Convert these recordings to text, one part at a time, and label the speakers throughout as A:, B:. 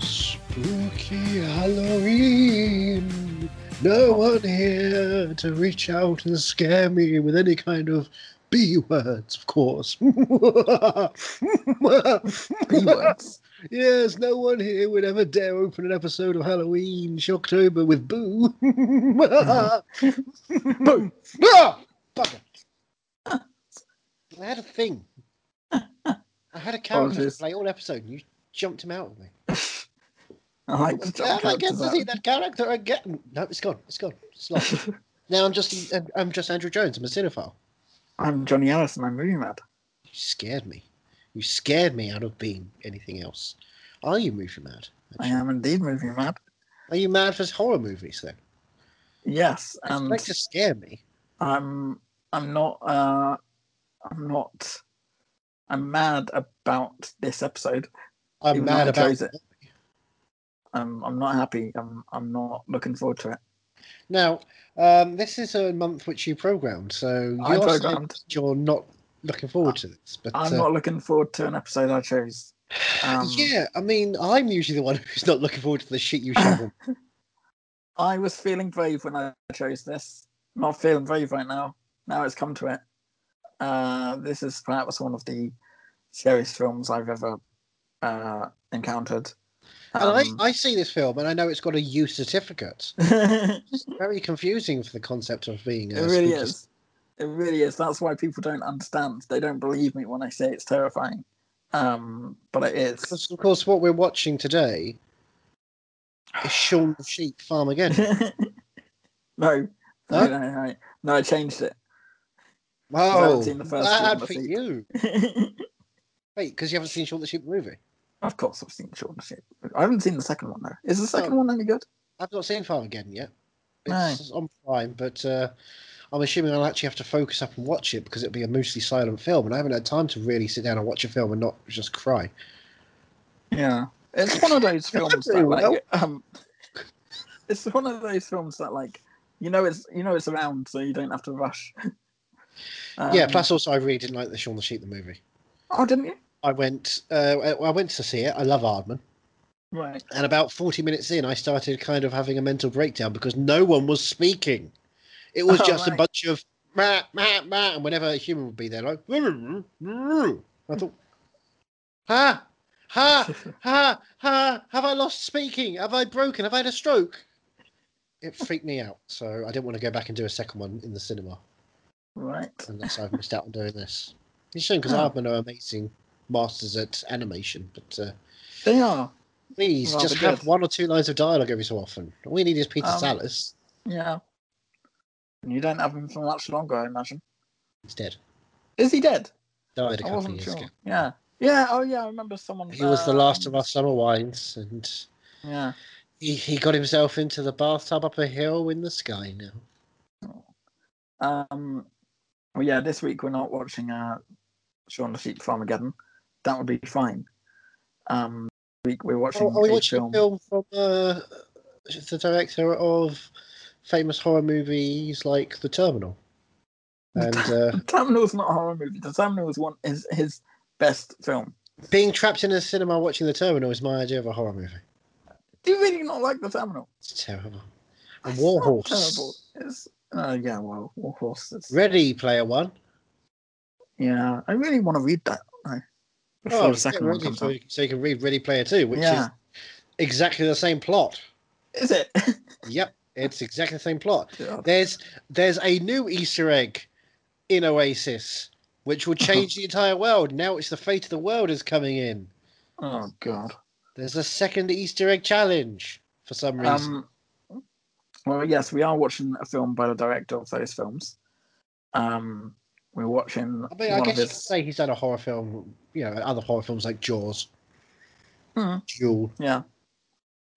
A: Spooky Halloween. No one here to reach out and scare me with any kind of B words, of course.
B: B words.
A: Yes, no one here would ever dare open an episode of Halloween Shocktober with boo. boo. Ah, bugger. I had a thing. I had a character to
B: Apologies.
A: play all episode and you jumped him out at me.
B: I like to
A: Now
B: jump
A: I
B: out
A: get
B: to
A: to
B: that.
A: see that character again. No, it's gone. It's gone. It's lost. now I'm just I'm just Andrew Jones. I'm a cinephile.
B: I'm Johnny Allison. I'm really mad.
A: You scared me. You scared me out of being anything else. Are you movie mad?
B: I am indeed movie mad.
A: Are you mad for horror movies then?
B: Yes,
A: Um,
B: and
A: like to scare me.
B: I'm I'm not uh I'm not I'm mad about this episode.
A: I'm
B: even though
A: mad
B: I
A: about
B: chose it. Um, I'm I'm not happy. I'm I'm not looking forward to it.
A: Now, um, this is a month which you programmed, so
B: I
A: you're, saying
B: programmed.
A: you're not looking forward to this. But
B: I'm
A: uh,
B: not looking forward to an episode I chose. Um,
A: yeah, I mean, I'm usually the one who's not looking forward to the shit you shovel.
B: I was feeling brave when I chose this. Not feeling brave right now. Now it's come to it. Uh, this is perhaps one of the scariest films I've ever uh, encountered. Um,
A: and I, I see this film, and I know it's got a U certificate.
B: I,
A: Very confusing for the concept of being. A
B: It really
A: spooky-
B: is. It really is. That's why people don't understand. They don't believe me when I say it's terrifying. Um, but it is.
A: Because, of course, what we're watching today is Shaun the Sheep Farmageddon.
B: no,
A: Huh?
B: no, no, no, no. I changed it.
A: Oh,
B: seen the first Shaun
A: bad
B: the
A: for
B: Sheep.
A: you. Wait, because you haven't seen Shaun the Sheep movie.
B: of course, I've seen Shaun the Sheep. I haven't seen the second one though. Is the second
A: Oh.
B: one any good?
A: I've not seen Farmageddon yet.
B: No.
A: It's on Prime, but uh, I'm assuming I'll actually have to focus up and watch it because it'll be a mostly silent film, and I haven't had time to really sit down and watch a film and not just cry.
B: Yeah, it's one of those films
A: Very
B: that like
A: well.
B: um, it's one of those films that like you know it's you know it's around, so you don't have to rush.
A: yeah.
B: Um,
A: Plus, also, I really didn't like the Shaun the Sheep the movie.
B: oh, didn't you?
A: I went, uh, I I went to see it. I love Aardman.
B: Right.
A: And about 40 minutes in, I started kind of having a mental breakdown because no one was speaking. It was
B: Oh,
A: just a
B: right.
A: bunch of meh, meh, meh, and whenever a human would be there, like, "Roo, roo, roo." I thought, ha, ha, ha, ha, have I lost speaking? Have I broken? Have I had a stroke? It freaked me out. So I didn't want to go back and do a second one in the cinema
B: Right.
A: unless I've missed out on doing this. It's a shame because
B: Oh.
A: Aardman are amazing masters at animation, but. Uh,
B: They are.
A: Please,
B: Rather
A: just have
B: good.
A: one or two lines of dialogue every so often. All we need is Peter
B: Um,
A: Salis
B: Yeah. And you don't have him for much longer, I imagine.
A: instead.
B: Is he dead?
A: Died a
B: I
A: couple of
B: wasn't
A: years
B: sure.
A: ago.
B: Yeah. Yeah. Oh, yeah. I remember someone.
A: He was the last of
B: um,
A: our summer wines, and
B: Yeah.
A: he, he got himself into the bathtub up a hill in the sky now.
B: Um. Well, yeah. This week we're not watching uh, Shaun the Sheep Farmageddon. That would be fine. Um. this Week we're watching.
A: Oh, are we
B: a
A: watching a film from uh, the director of famous horror movies like The Terminal? And uh,
B: The Terminal's not a horror movie. The Terminal is one is his best film.
A: being trapped in a cinema watching The Terminal is my idea of a horror movie.
B: Do you really not like The Terminal?
A: It's terrible. And
B: It's
A: War
B: not Terrible.
A: Horse.
B: It's. Oh yeah. Well, War Horse. Is,
A: Ready, player one.
B: Yeah, I really want to read that.
A: Oh,
B: I, before the
A: get
B: second one
A: ready
B: comes
A: so,
B: out.
A: you- so you can read Ready Player Two, which
B: yeah,
A: is exactly the same plot.
B: is it?
A: Yep, it's exactly the same plot. There's there's a new Easter egg in Oasis, which will change the entire world. Now it's the fate of the world is coming in.
B: oh god.
A: There's a second Easter egg challenge for some reason.
B: Um, well, yes, we are watching a film by the director of those films. Um, we're watching.
A: I mean, I guess
B: one of
A: you could
B: his-
A: say he's done a horror film, you know, other horror films like Jaws,
B: Hmm,
A: Duel.
B: yeah,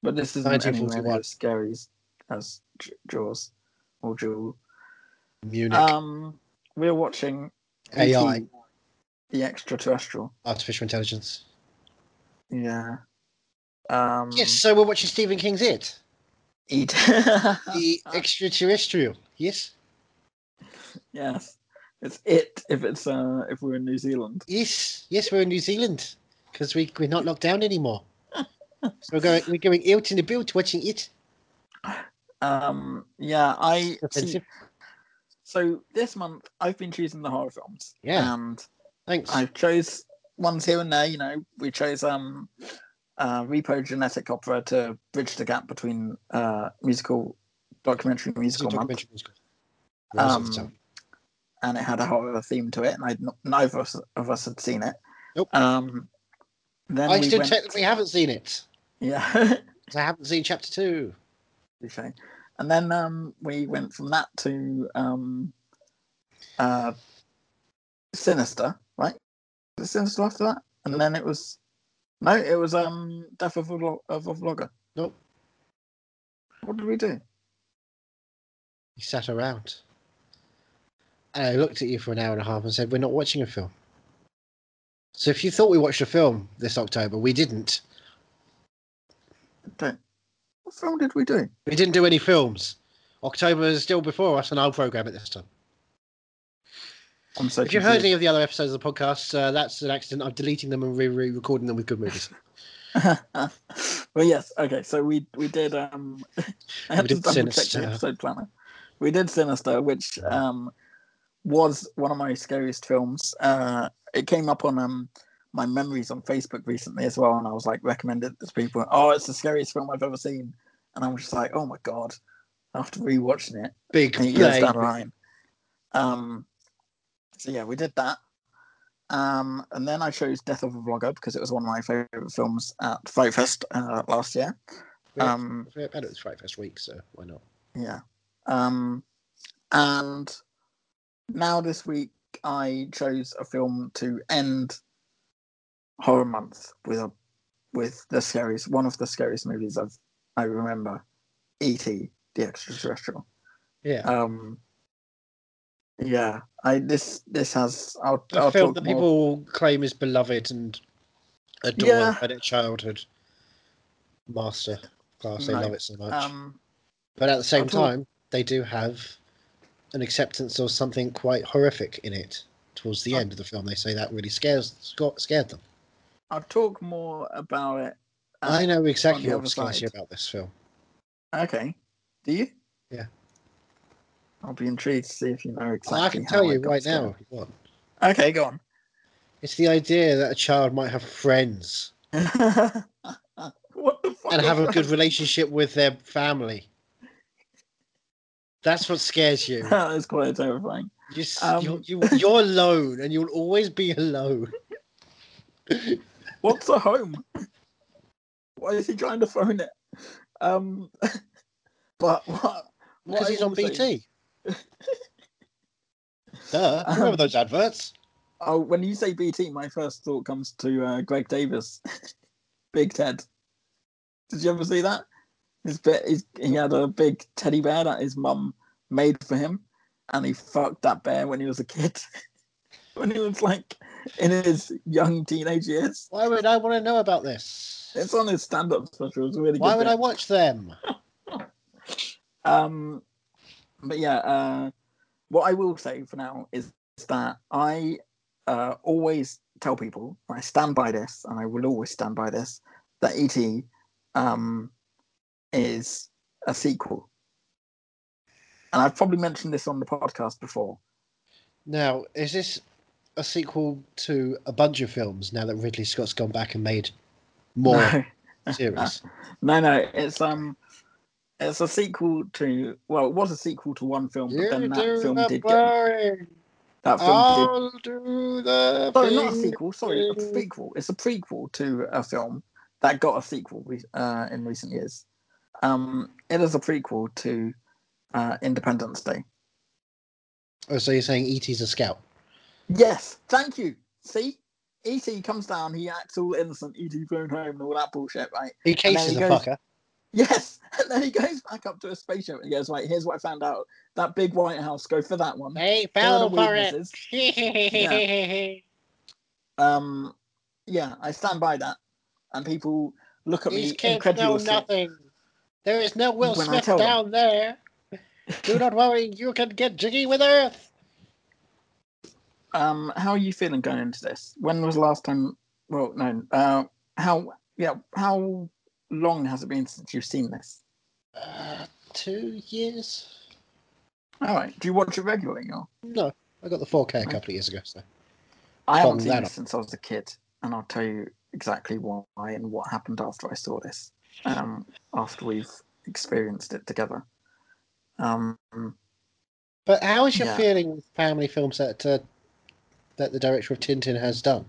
B: but this isn't anywhere
A: 1941.
B: near as scary as, as J- Jaws or Jewel.
A: Munich,
B: Um, we're watching
A: AI,
B: ET, the extraterrestrial.
A: artificial intelligence.
B: Yeah. Um, hmm.
A: Yes, so we're watching Stephen King's It.
B: Eat. Uh,
A: The extraterrestrial. Yes.
B: yes, it's it. If it's uh, if we're in New Zealand,
A: Yes. Yes, we're in New Zealand because we, we're not locked down anymore. so we're going, we're going out in the build watching it.
B: um, yeah, I see,
A: Offensive.
B: so this month I've been choosing the horror films.
A: Yeah.
B: and
A: Thanks.
B: I chose ones here and there. You know, we chose um, uh, Repo Genetic Opera to bridge the gap between uh, musical, documentary
A: It's a
B: musical month,
A: documentary musical. Rise of the
B: Um,
A: Sun.
B: and it had a horror theme to it, and I'd not, neither of us, of us had seen it.
A: Nope.
B: Um, then
A: I
B: we
A: still
B: went,
A: technically haven't seen it.
B: yeah,
A: 'cause I haven't seen chapter two.
B: okay. and then um, we went from that to um, uh, Sinister, right? Was it Sinister after that, and then it was no, it was um, Death of a, Vlog- of a Vlogger.
A: Nope.
B: What did we do?
A: He sat around. And I looked at you for an hour and a half and said, We're not watching a film. So if you thought we watched a film this October, we didn't.
B: Don't. What film did we do?
A: We didn't do any films. October is still before us, and I'll program it this time.
B: I'm so
A: If you heard
B: confused.
A: any of the other episodes of the podcast, uh, that's an accident. I'm deleting them and re-recording them with good movies.
B: well, yes. Okay, so we we did. Um, I had
A: We
B: to
A: did
B: double check
A: Sinister.
B: the episode planner. We did Sinister, which um was one of my scariest films. Uh, it came up on um my memories on Facebook recently as well, and I was like recommended to people. Oh, it's the scariest film I've ever seen, and I was just like, oh my god. After rewatching it
A: Big
B: eight years
A: play.
B: down the line. Um, so yeah, we did that. Um, and then I chose Death of a Vlogger because it was one of my favorite films at Fright Fest uh, last year.
A: Yeah.
B: Um,
A: I had it was right first week, so why not?
B: yeah. Um, and now this week I chose a film to end horror month with a with the scariest one of the scariest movies I've I remember, E.T. the Extraterrestrial.
A: Yeah.
B: Um, yeah, I this this has I'll,
A: A
B: I'll
A: film
B: talk
A: that
B: more.
A: people claim is beloved and adored
B: Yeah.
A: by their childhood master class. They
B: No.
A: love it so much.
B: Um,
A: but at the same
B: I thought-
A: time, they do have an acceptance of something quite horrific in it. Towards the
B: I-
A: end of the film, they say that really scares sca- scared them.
B: I'll talk more about it. uh,
A: I know exactly
B: the
A: what
B: other
A: scares you
B: side.
A: about this film.
B: Okay, do you?
A: Yeah.
B: I'll be intrigued to see if you know exactly.
A: I can
B: how
A: tell you
B: got
A: right
B: scared.
A: now. if you want.
B: Okay, go on.
A: It's the idea that a child might have friends
B: what the fuck?
A: and
B: is
A: have a good
B: that?
A: relationship with their family. That's what scares you.
B: that is quite terrifying.
A: You, s-
B: Um,
A: you, you, you're alone, and you'll always be alone.
B: What's a home? Why is he trying to phone it? Um, but what? what
A: Because
B: I
A: he's on
B: also-
A: BT. Duh. you Remember
B: Um,
A: those adverts?
B: Oh, when you say BT, my first thought comes to uh, Greg Davis, Big Ted. Did you ever see that? His bit, his, he had a big teddy bear that his mum made for him, and he fucked that bear when he was a kid, when he was like in his young teenage years.
A: Why would I want to know about this?
B: It's on his stand-up special. It's a really
A: Why
B: good.
A: would I watch them?
B: Um, but yeah, uh, what I will say for now is that I uh, always tell people, and I stand by this, and I will always stand by this, that ET um, is a sequel. And I've probably mentioned this on the podcast before.
A: Now, is this a sequel to a bunch of films now that Ridley Scott's gone back and made more
B: No,
A: series?
B: no, no. It's um, it's a sequel to well, it was a sequel to one film, but then that film did get
A: boring.
B: that film did
A: I'll do the
B: Sorry, not a
A: thing.
B: sequel. Sorry, a
A: thing.
B: prequel. It's a prequel to a film that got a sequel re- uh, in recent years. Um, it is a prequel to uh, Independence Day.
A: Oh, so you're saying E.T.'s a scout?
B: Yes, thank you. See, E.T. comes down, he acts all innocent, E.T. flown home, and all that bullshit, right?
A: He
B: then
A: cases
B: he
A: a
B: goes-
A: fucker.
B: Yes, and then he goes back up to a spaceship and he goes, right, here's what I found out. That big White House, go for that one.
A: They
B: Here are
A: fell
B: the
A: for it.
B: weaknesses. Um, yeah, I stand by that. And people look at
A: These
B: me
A: kids know
B: incredulously.
A: nothing. There is no Will
B: When I
A: Smith
B: tell them.
A: down there. Do not worry, you can get jiggy with Earth.
B: Um, how are you feeling going into this? When was the last time? Well, no. Uh, how? Yeah. How long has it been since you've seen this?
A: Uh, two years?
B: All right. Do you watch it regularly? Or
A: No, I got the 4K a couple of years ago. So.
B: I
A: From
B: haven't seen
A: that
B: this since I was a kid, and I'll tell you exactly why and what happened after I saw this. Um, after we've experienced it together. Um,
A: But how is your
B: Yeah.
A: feeling with family films that uh, that the director of Tintin has done?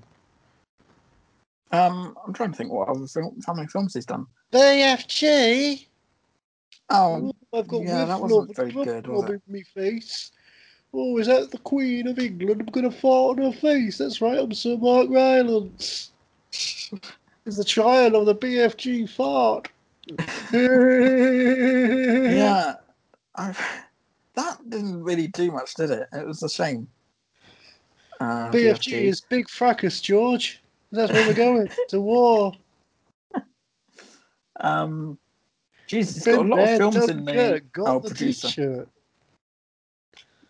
B: um, I'm trying to think what other film, family films he's done.
A: BFG.
B: Oh,
A: Oh, I've got
B: yeah,
A: whiff
B: that wasn't
A: lob-
B: very
A: whiff
B: good,
A: lob
B: was it?
A: in me face. Oh, is that the Queen of England? I'm gonna fart on her face. That's right, I'm Sir Mark Rylance. Is the child of the BFG fart? yeah.
B: yeah, I, that didn't really do much, did it? It was a shame. Uh,
A: BFG is big fracas, George. That's where we're going to war.
B: Um, Jesus, he's got a
A: Been
B: lot of
A: there,
B: films
A: done
B: in there.
A: good, Got
B: our
A: the
B: producer.
A: T-shirt.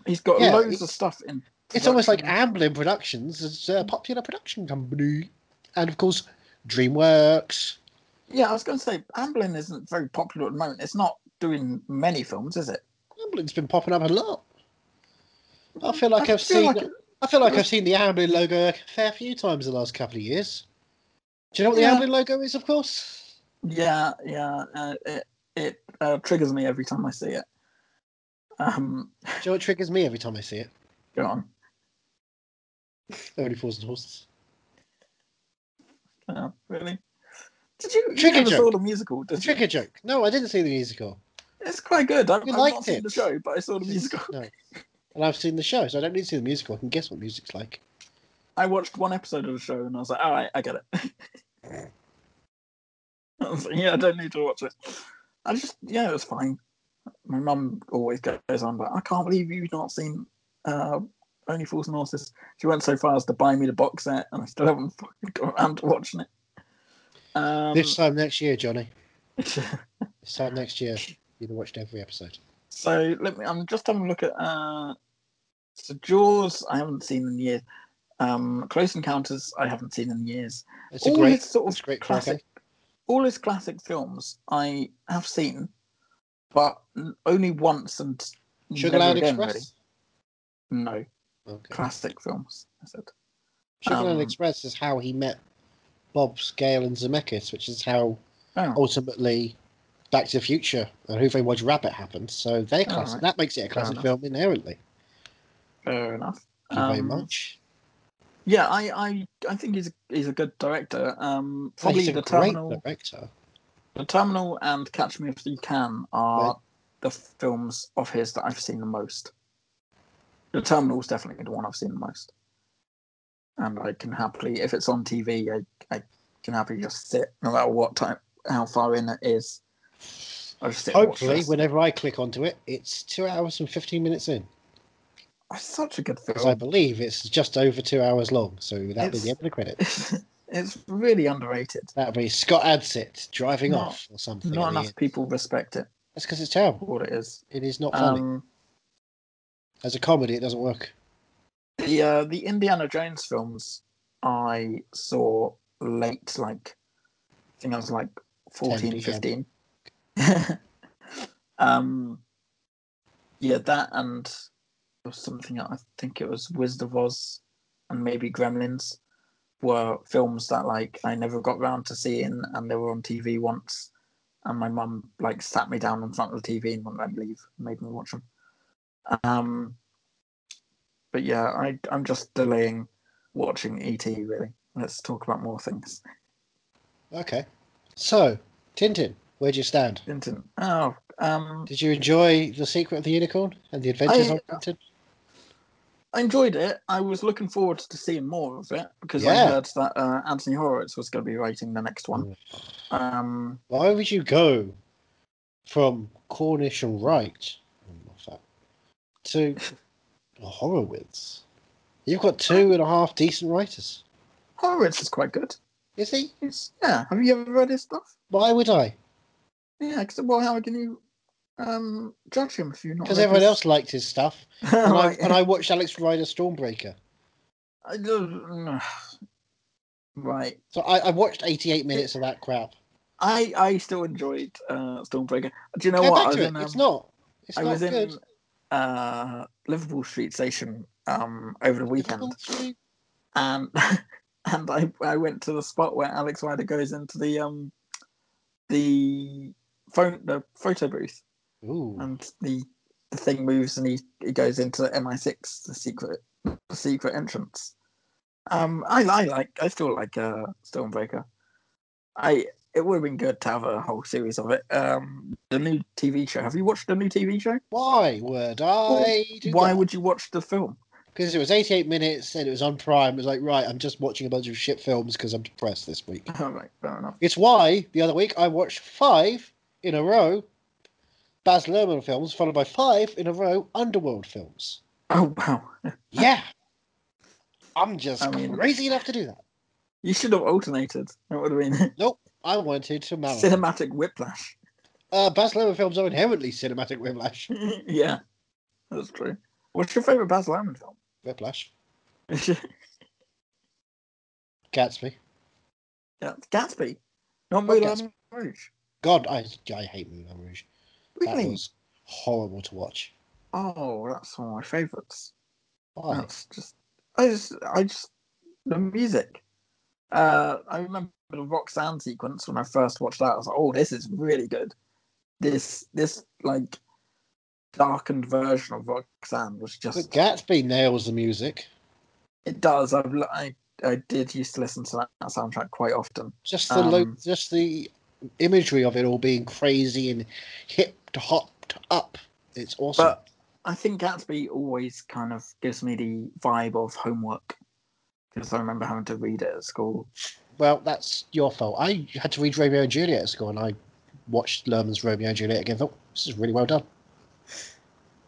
B: He's got
A: Yeah,
B: loads
A: it-
B: of stuff in.
A: It's almost like
B: production.
A: Amblin Productions is a popular production company, and of course, DreamWorks.
B: yeah, I was going to say Amblin isn't very popular at the moment. It's not doing many films, is it?
A: Amblin's been popping up a lot. I feel like I
B: I
A: have
B: feel
A: seen.
B: like it-
A: I feel like I've seen the Amblin logo a fair few times the last couple of years. Do you know what
B: Yeah.
A: the Amblin logo is? Of course,
B: Yeah, yeah. Uh, it it uh, triggers me every time I see it. Um,
A: do you know what triggers me every time I see it?
B: go on.
A: Only fools and horses.
B: Uh, really? Did you, you
A: Trigger
B: never saw
A: joke.
B: the musical? Did
A: The
B: you?
A: trigger joke. No, I didn't see the musical.
B: It's quite good. I've,
A: You
B: I've
A: liked
B: not seen
A: it.
B: the show, but I saw the musical.
A: No, and I've seen the show, so I don't need to see the musical. I can guess what music's like.
B: I watched one episode of the show and I was like, all right, I get it. I was like, yeah, I don't need to watch it. I just, yeah, it was fine. My mum always goes on, but I can't believe you've not seen uh, Only Fools and Horses. She went so far as to buy me the box set and I still haven't fucking got around to watching it. Um,
A: this time next year, Johnny. This time next year, you'd have watched every episode.
B: So let me. I'm just having a look at. Uh, so Jaws, I haven't seen in years. Um, Close Encounters, I haven't seen in years.
A: It's a
B: all
A: great,
B: his sort
A: it's
B: of
A: a great
B: classic,
A: classic.
B: all his classic films, I have seen, but n- only once and
A: Sugarland
B: never again,
A: Express.
B: really. No
A: Okay.
B: classic films. I said.
A: Sugarland
B: Um,
A: Express is how he met Bob Scale and Zemeckis, which is how
B: Oh,
A: ultimately Back to the Future and Who Framed Roger Rabbit happened. So they classic.
B: right.
A: That makes it a classic
B: enough.
A: film inherently.
B: fair enough.
A: Thank you very
B: Um,
A: much.
B: Yeah, I, I, I think he's he's a good director. Um,
A: So
B: probably
A: he's a
B: the
A: great
B: Terminal.
A: director.
B: The Terminal and Catch Me If You Can are the films of his that I've seen the most. The Terminal is definitely the one I've seen the most. And I can happily, if it's on TV, I, I can happily just sit, no matter what time, how far in it is. I just sit. and watch
A: Hopefully,
B: this.
A: whenever I click onto it, it's two hours and 15 minutes in.
B: it's such a good
A: Because I
B: film.
A: believe it's just over two hours long. So that'll be
B: It's-
A: the end of the credit.
B: it's really underrated.
A: That'll be Scott Adsit driving
B: Not-
A: off or something. at
B: Not
A: the
B: enough
A: end.
B: people respect it.
A: That's because it's terrible.
B: What it is.
A: It is not funny.
B: Um,
A: As a comedy, it doesn't work.
B: the uh, the Indiana Jones films I saw late, like I think I was like 14,
A: 10
B: 15. um, yeah, that and there was something else. I think it was Wizard of Oz and maybe Gremlins were films that like I never got round to seeing, and they were on TV once, and my mum like sat me down in front of the TV and wouldn't let me leave, made me watch them. Um, but yeah, I I'm just delaying watching ET. Really, let's talk about more things.
A: Okay. So, Tintin, where do you stand?
B: Tintin. Oh, um,
A: Did you enjoy The Secret of the Unicorn and the Adventures
B: I-
A: of Tintin?
B: I enjoyed it. I was looking forward to seeing more of it because I
A: Yeah.
B: heard that uh, Anthony Horowitz was going to be writing the next one.
A: Mm.
B: Um,
A: Why would you go from Cornish and Wright oh, not that, to Horowitz? You've got two and a half decent writers.
B: Horowitz is quite good.
A: Is he?
B: He's, yeah. Have you ever read his stuff?
A: Why would I?
B: Yeah, because well, how can you um, judge him if you're not?
A: Because
B: read
A: everyone
B: his-
A: else liked his stuff. And,
B: Right.
A: I, and I watched Alex Rider Stormbreaker.
B: I don't- right.
A: So I, I watched 88 minutes of that crap.
B: I I still enjoyed uh, Stormbreaker. Do you know
A: Go
B: what? I
A: back
B: was
A: to it.
B: in,
A: it's
B: um,
A: not. It's
B: I
A: not
B: was in
A: good.
B: uh, Liverpool Street Station um, over the weekend,
A: Liverpool Street.
B: and and I I went to the spot where Alex Rider goes into the um the phone the photo booth,
A: Ooh.
B: and the the thing moves, and he he goes into the MI6, the secret the secret entrance. Um, I I like I still like uh, Stormbreaker. I it would have been good to have a whole series of it. Um, the new TV show. Have you watched the new TV show?
A: Why would I do
B: Why
A: that?
B: would you watch the film?
A: Because it was 88 minutes and it was on Prime. It was like, right, I'm just watching a bunch of shit films because I'm depressed this week.
B: All right, fair enough.
A: It's why the other week I watched five in a row Baz Luhrmann films, followed by five in a row Underworld films.
B: Oh wow,
A: Yeah. I'm just
B: I mean-
A: crazy enough to do that.
B: you should have alternated. That would have been
A: Nope. I wanted to marathon.
B: cinematic whiplash.
A: Uh, Baz Luhrmann films are inherently cinematic whiplash.
B: yeah, that's true. What's your favorite Baz Luhrmann
A: Whiplash.
B: film?
A: Gatsby.
B: Yeah, Gatsby, not
A: Not
B: Moulin Rouge.
A: God, I, I hate Moulin Rouge. That
B: Really?
A: was horrible to watch.
B: Oh, that's one of my favorites.
A: Why?
B: That's Oh, just I just I just the music. Uh, I remember the Roxanne sequence when I first watched that. I was like, "Oh, this is really good." This this like darkened version of Roxanne was
A: But
B: just
A: Gatsby nails the music.
B: it does. I've li- I I did used to listen to that, that soundtrack quite often.
A: Just the lo-
B: Um,
A: just the imagery of it all being crazy and hip to hopped up. It's awesome.
B: But I think Gatsby always kind of gives me the vibe of homework because I remember having to read it at school.
A: well, that's your fault. I had to read Romeo and Juliet at school, and I watched Lerman's Romeo and Juliet again. and Thought this is really well done.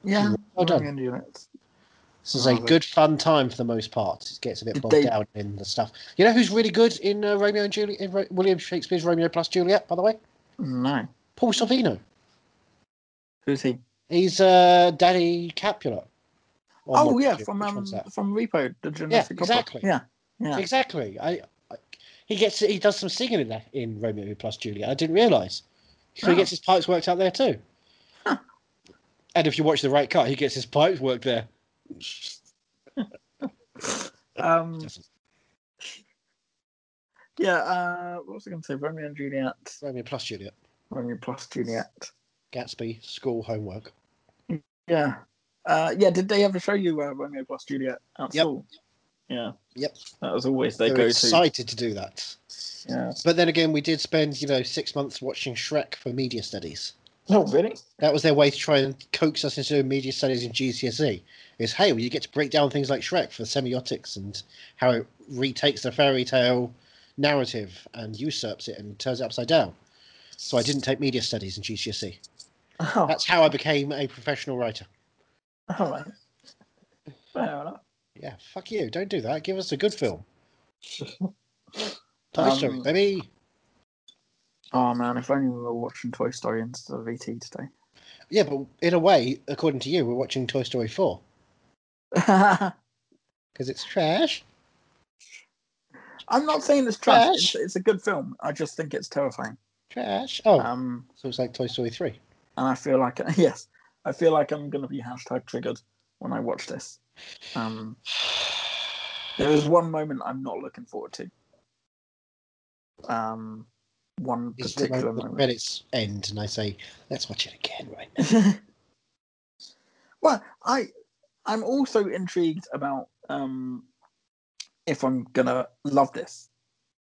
B: Yeah,
A: well done.
B: Romeo and Juliet.
A: This is a
B: Rather.
A: good fun time for the most part. It gets a bit
B: Did
A: bogged
B: they-
A: down in the stuff. You know who's really good in uh, Romeo and Juliet? In Ro- William Shakespeare's Romeo plus Juliet, by the way,
B: No.
A: Paul Sorvino.
B: Who's he?
A: He's uh, Daddy Capulet. Or
B: Oh
A: Montague,
B: yeah, from
A: which
B: um
A: one's that?
B: from Repo, the gymnastic opera.
A: exactly.
B: Yeah, yeah.
A: exactly. I, I he gets he does some singing in that in Romeo plus Juliet. I didn't realise. So
B: Oh.
A: he gets his pipes worked out there too.
B: Huh.
A: And if you watch the right cut, he gets his pipes worked there.
B: Um, yeah. Uh, what was I going to say? Romeo and Juliet.
A: Romeo plus Juliet,
B: Romeo plus Juliet.
A: Gatsby, school homework.
B: Yeah. Uh, yeah. Did they ever show you uh, Romeo plus Juliet at
A: Yep.
B: school? Yeah.
A: Yep.
B: That was always their
A: They're
B: go-to.
A: excited to do that.
B: Yeah.
A: But then again, we did spend you know six months watching Shrek for media studies.
B: Oh really?
A: That was their way to try and coax us into doing media studies in GCSE. E, Is hey, well, you get to break down things like Shrek for semiotics and how it retakes the fairy tale narrative and usurps it and turns it upside down. So I didn't take media studies in GCSE.
B: Oh,
A: E. That's how I became a professional writer.
B: all right. Fair enough.
A: Yeah, fuck you. Don't do that. Give us a good film. Toy
B: Um,
A: Story, baby.
B: Oh man, if only we were watching Toy Story instead of ET today.
A: Yeah, but in a way, according to you, we're watching Toy Story 4 because it's trash.
B: I'm not saying it's trash.
A: Trash.
B: It's, it's a good film. I just think it's terrifying.
A: Trash. Oh,
B: Um,
A: so it's like Toy Story 3.
B: and I feel like yes, I feel like I'm gonna be hashtag triggered when I watch this. Um, there is one moment I'm not looking forward to. Um, one
A: is the
B: particular
A: moment the
B: moment.
A: credits end and I say, let's watch it again, right?
B: well, I I'm also intrigued about um if I'm gonna love this.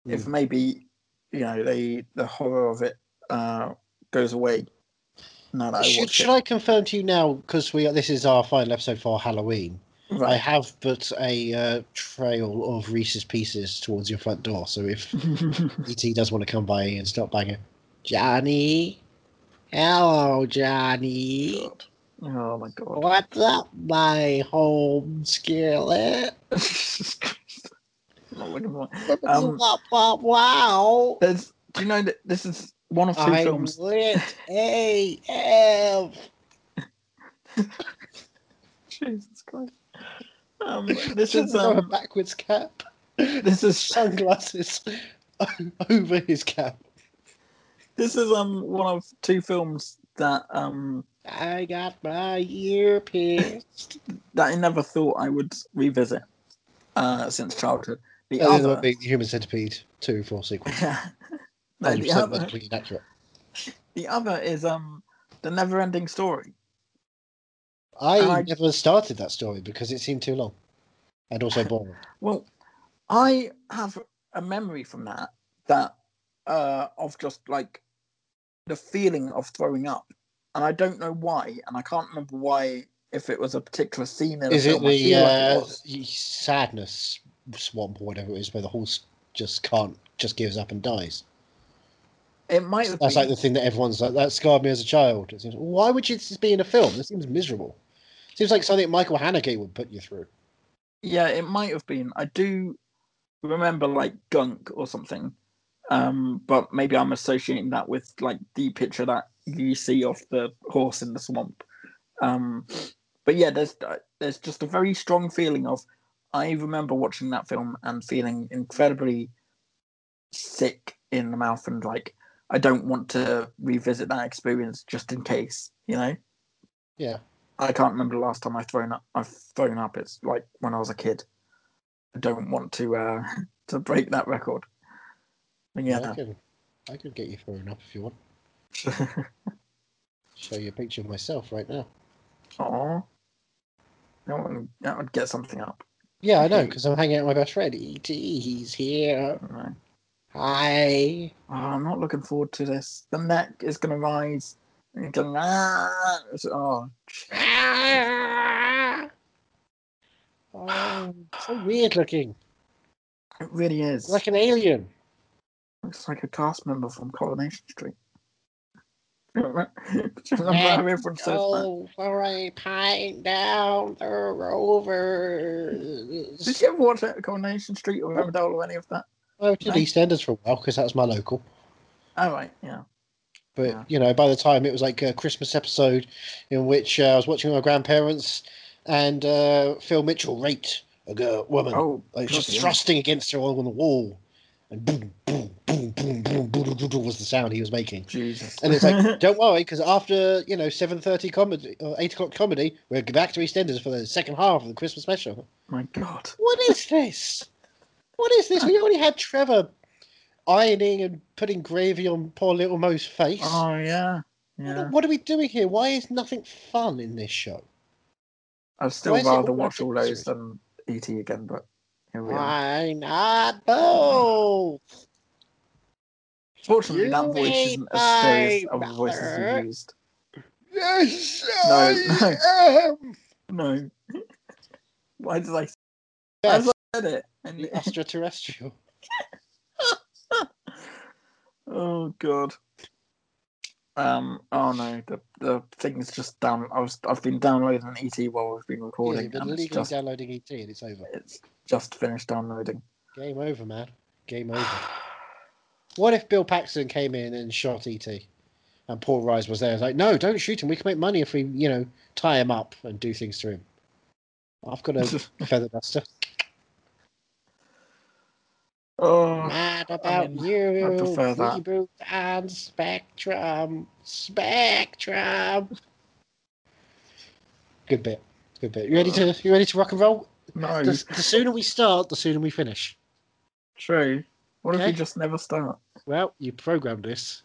B: If
A: Hmm.
B: maybe you know the the horror of it uh goes away. Now that I
A: should,
B: watch
A: should
B: it.
A: I confirm to you now because we are, this is our final episode for Halloween? I
B: Right.
A: have but a uh, trail of Reese's Pieces towards your front door, so if ET does want to come by and stop banging, Johnny, hello, Johnny,
B: God. Oh my god.
A: what's up, my home skillet?
B: Jesus Christ. I'm not looking for
A: What's
B: Um,
A: up, up, wow.
B: There's, do you know that this is one of 2
A: I
B: films.
A: lit a elf.
B: Jesus Christ. Um, this
A: Should have
B: is
A: got a
B: um,
A: backwards cap,
B: this is
A: sunglasses over his cap.
B: this is um one of two films that um
A: I got my ear pierced.
B: that I never thought I would revisit uh since childhood. The
A: Oh,
B: other,
A: that would be Human Centipede 2 4 sequel.
B: No, the
A: 100%
B: other,
A: medically inaccurate.
B: the other is um the never-ending story.
A: I,
B: And I-
A: never started that story because it seemed too long and also boring.
B: Well, I have a memory from that that uh, of just like the feeling of throwing up, and I don't know why, and I can't remember why. If it was a particular scene in
A: Is
B: a
A: it
B: film, I
A: the
B: feel like it
A: uh,
B: was.
A: sadness swamp or whatever it is where the horse just can't, just gives up and dies?
B: It might have
A: That's
B: been.
A: like the thing that everyone's like, that scarred me as a child. It seems, why would you this be in a film? This seems miserable. Seems like something Michael Haneke would put you through.
B: Yeah, it might have been. I do remember like gunk or something, um, but maybe I'm associating that with like the picture that you see of the horse in the swamp. Um, but yeah, there's uh, there's just a very strong feeling of. I remember watching that film and feeling incredibly sick in the mouth and like I don't want to revisit that experience just in case, you know.
A: Yeah.
B: I can't remember the last time I've thrown up. I've thrown up. It's like when I was a kid. I don't want to uh, to break that record. And
A: I
B: yeah,
A: can, I can get you thrown up if you want. Show you a picture of myself right now.
B: oh, that would, that would get something up.
A: Yeah, I know,
B: Okay.
A: because I'm hanging out with my best friend. E.T., he's here.
B: don't know.
A: Hi.
B: Oh, I'm not looking forward to this. The neck is going to rise. And you're going, ah, It's- oh, sh-
A: Ah. Oh, so weird looking.
B: it really is.
A: Like an alien.
B: Looks like a cast member from Coronation Street. Do you remember do you remember how everyone says that?
A: for a pint down the
B: Did
A: rovers.
B: you ever watch Coronation Street or Riverdale or any of that?
A: I did EastEnders for a while because that's my local.
B: Oh, right, yeah.
A: But
B: Yeah.
A: you know, by the time it was like a Christmas episode, in which uh, I was watching my grandparents, and uh, Phil Mitchell raped a girl, woman,
B: Oh,
A: like just
B: bloody hell.
A: thrusting against her on the wall, and boom, boom, boom, boom, boom, boom, boom, boom was the sound he was making.
B: Jesus.
A: And it's like, don't worry, because after you know seven thirty comedy or eight o'clock comedy, we're back to EastEnders for the second half of the Christmas special.
B: my God.
A: What is this? What is this? We already had Trevor ironing and putting gravy on poor little Mo's face.
B: Oh yeah,
A: What-
B: yeah.
A: What are we doing here? Why is nothing fun in this show?
B: I'd
A: Why
B: still
A: is it all
B: rather watch
A: about
B: all
A: misery?
B: those than ET again, but here we are.
A: Why not both?
B: Fortunately, that
A: You
B: voice
A: ain't
B: isn't as scary as
A: my
B: other voices
A: brother.
B: you used.
A: Yes,
B: No,
A: I am.
B: No. Why did I?
A: Yes,
B: As I said it. And
A: the extraterrestrial.
B: oh God. Um. Oh no. The the thing's just down. I was. I've been downloading ET while we've been
A: Yeah,
B: recording,
A: you've been
B: and it's
A: legally
B: just
A: downloading ET and it's over.
B: it's just finished downloading.
A: Game over, man. Game over. What if Bill Paxton came in and shot ET, and Paul Rise was there? It's like, no, don't shoot him. We can make money if we, you know, tie him up and do things to him. I've got a feather duster.
B: oh.
A: Mad about
B: mean,
A: you,
B: I prefer that.
A: reboot and Spectrum, Spectrum. Good bit, good bit. You ready to you ready to rock and roll?
B: No.
A: The, the sooner we start, the sooner we finish.
B: True. What if
A: Okay.
B: you just never start?
A: Well, you programmed this.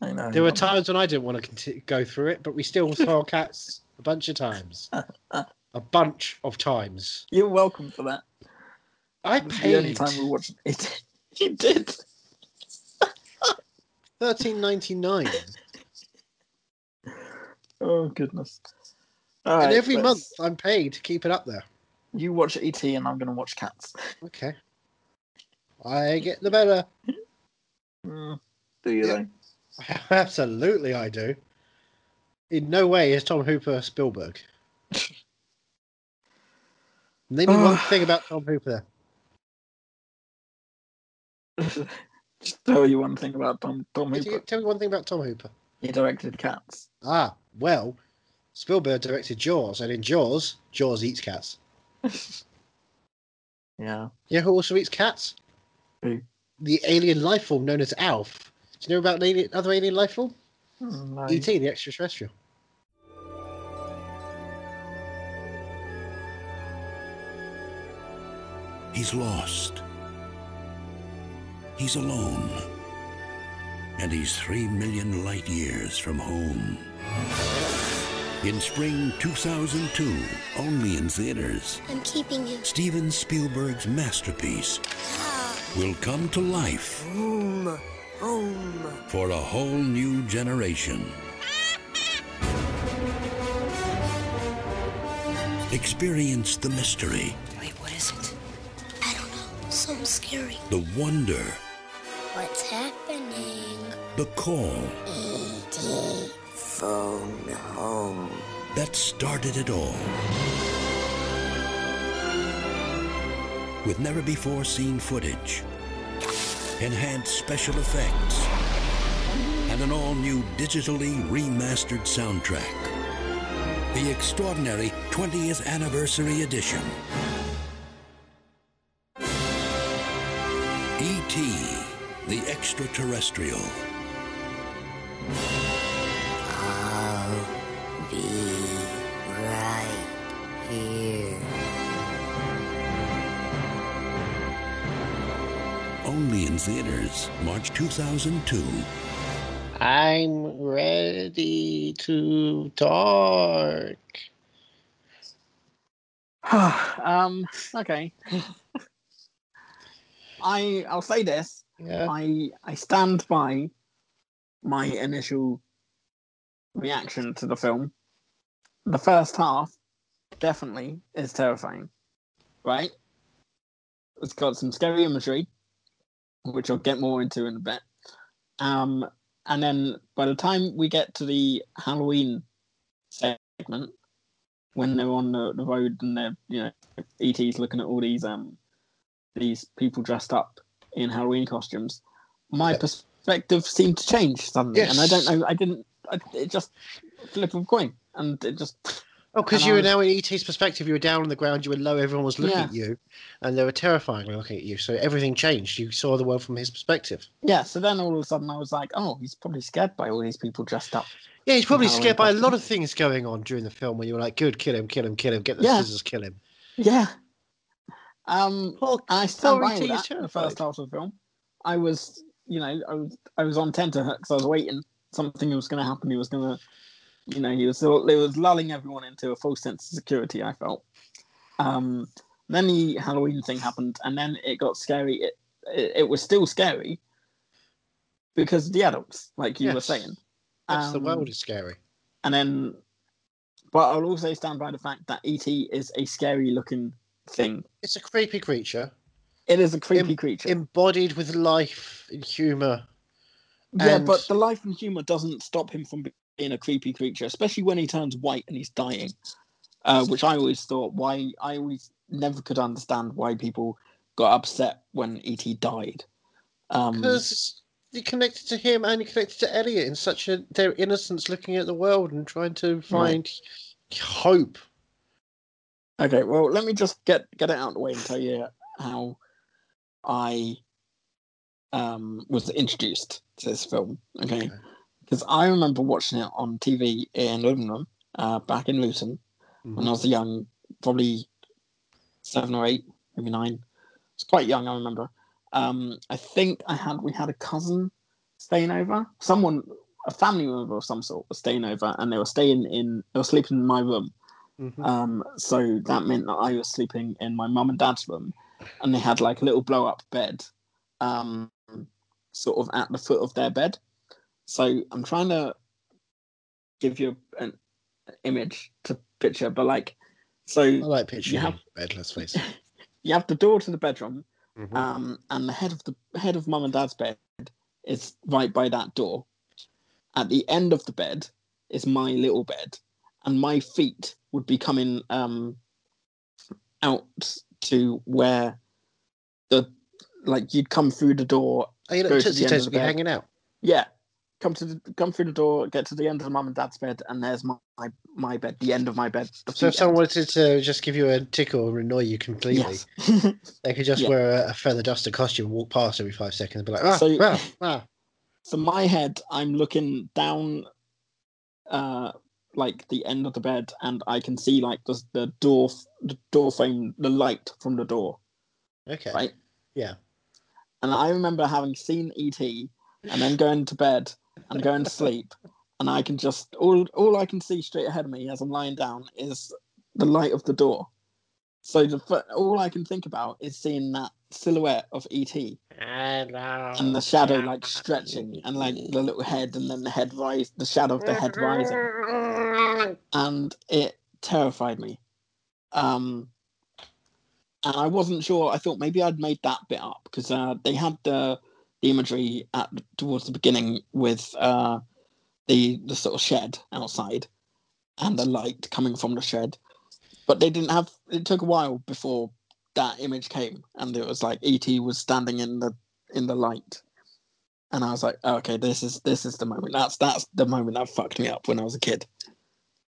B: I know.
A: There were times when I didn't want to conti- go through it, but we still saw cats a bunch of times, a bunch of times.
B: You're welcome for that.
A: I
B: This is the only
A: paid
B: time we watched E it. you did.
A: thirteen ninety nine,
B: Oh goodness. All
A: and
B: right,
A: every
B: let's-
A: month I'm paid to keep it up there.
B: you watch ET and I'm gonna watch Cats.
A: Okay, I get the better.
B: Mm, Do you
A: Yeah.
B: though?
A: Absolutely, I do. In no way is Tom Hooper Spielberg. Name me one thing about Tom Hooper.
B: Just tell you one thing about Tom Tom
A: Did you-
B: Hooper.
A: tell me one thing about Tom Hooper.
B: He directed Cats.
A: Ah, well, Spielberg directed Jaws, and in Jaws, Jaws eats cats.
B: Yeah.
A: You know who also eats cats?
B: Who?
A: The alien life form known as Alf. Do you know about an alien, other alien life form?
B: No.
A: ET, the extraterrestrial.
C: He's lost. He's alone. And he's three million light years from home. In spring 2002, only in theaters,
D: I'm keeping him.
C: Steven Spielberg's masterpiece will come to life for a whole new generation. Experience the mystery.
D: Wait, what is it? I don't know. Something scary.
C: The wonder,
D: What's happening?
C: the call
D: E.T. Phone home.
C: that started it all. With never before seen footage, enhanced special effects, and an all new digitally remastered soundtrack. The extraordinary 20th Anniversary Edition. E.T. E The Extraterrestrial.
D: I'll be right here.
C: Only in theaters, March 2002.
A: I'm ready to talk.
B: um. Okay. I I'll say this.
A: Yeah.
B: I I stand by my initial reaction to the film. The first half definitely is terrifying, right? It's got some scary imagery, which I'll get more into in a bit. Um, and then by the time we get to the Halloween segment, when they're on the, the road and they're you know ET's looking at all these um these people dressed up in Halloween costumes, my
A: Yeah.
B: perspective seemed to change suddenly, and I
A: Yes.
B: don't know. I didn't. I, it just flip of a coin, and it just
A: Oh, because
B: and
A: you were
B: I'm-
A: now in ET's perspective. You were down on the ground. You were low. Everyone was looking
B: Yeah.
A: at you, and they were terrifyingly looking at you. So everything changed. You saw the world from his perspective.
B: yeah. So then all of a sudden, I was like, oh, he's probably scared by all these people dressed up.
A: Yeah, he's probably
B: No,
A: scared by a lot
B: impossible.
A: of things going on during the film. Where you were like, "Good, kill him, kill him, kill him. Get the
B: Yeah.
A: scissors, kill him."
B: Yeah. Um,
A: Poor
B: and I stand
A: Corey
B: by all
A: T is
B: that in the first
A: terrified.
B: half of the film. I was, you know, I was, I was on tenterhooks. I was waiting something was going to happen. He was going to, you know, he was, it was lulling everyone into a false sense of security. I felt. Um, then the Halloween thing happened, and then it got scary. It, it, it was still scary because of the adults, like you were
A: Yes.
B: saying.
A: That's the
B: Um,
A: world is scary.
B: and then, but I'll also stand by the fact that ET is a scary looking thing.
A: It's a creepy creature,
B: It is a creepy
A: Im-
B: creature.
A: embodied with life and humor.
B: yeah,
A: and-
B: but the life and humor doesn't stop him from being a creepy creature, especially when he turns white and he's dying. Uh, which I always thought why I always never could understand why people got upset when ET died. Um,
A: Because you connected to him and you connected to Elliot in such a their innocence, looking at the world and trying to find hope.
B: Okay, well, let me just get get it out of the way and tell you how I um, was introduced to this film. Okay,
A: Okay.
B: because I remember watching it on TV in living room uh, back in Luton when I was young, probably seven or eight, maybe nine. It's quite young, I remember. Um, I think I had we had a cousin staying over. Someone, a family member of some sort, was staying over, and they were staying in, they were sleeping in my room.
A: Mhm.
B: Um, so that meant that I was sleeping in my mum and dad's room, and they had like a little blow up bed, um, sort of at the foot of their bed. So I'm trying to give you an image to picture, but like, so
A: I like pictures
B: Yeah.
A: in bed. Let's face it.
B: you have the door to the bedroom,
A: Mhm.
B: um, and the head of the head of mum and dad's bed is right by that door. At the end of the bed is my little bed, and my feet would be coming um, out to where the like you'd come through the door
A: Oh, you know,
B: Goes to
A: Tootsie
B: the end
A: Toes
B: of
A: will
B: the
A: be
B: bed.
A: hanging out.
B: Yeah, come to the, come through the door, get to the end of the mum and dad's bed, and there's my my, my bed, the end of my bed. the
A: So if
B: feet
A: someone
B: end.
A: wanted to just give you a tickle or annoy you completely,
B: Yes.
A: they could just
B: Yeah.
A: wear a, a feather duster costume and walk past every five seconds and be like, ah,
B: So-
A: ah, ah.
B: so my head, I'm looking down, uh, like the end of the bed, and I can see like the the door f- the door frame, the light from the door.
A: Okay.
B: Right.
A: Yeah.
B: And I remember having seen ET and then going to bed and going to sleep. And I can just all all I can see straight ahead of me as I'm lying down is the light of the door. So the, fir- all I can think about is seeing that silhouette of E ET and the shadow like stretching and like the little head and then the head rise, the shadow of the head rising, and it terrified me. Um, and I wasn't sure. I thought maybe I'd made that bit up because uh, they had the, the imagery at towards the beginning with uh, the the sort of shed outside and the light coming from the shed, but they didn't have. It took a while before that image came, and it was like ET was standing in the in the light. And I was like, oh, okay, this is this is the moment. That's that's the moment that fucked me up when I was a kid.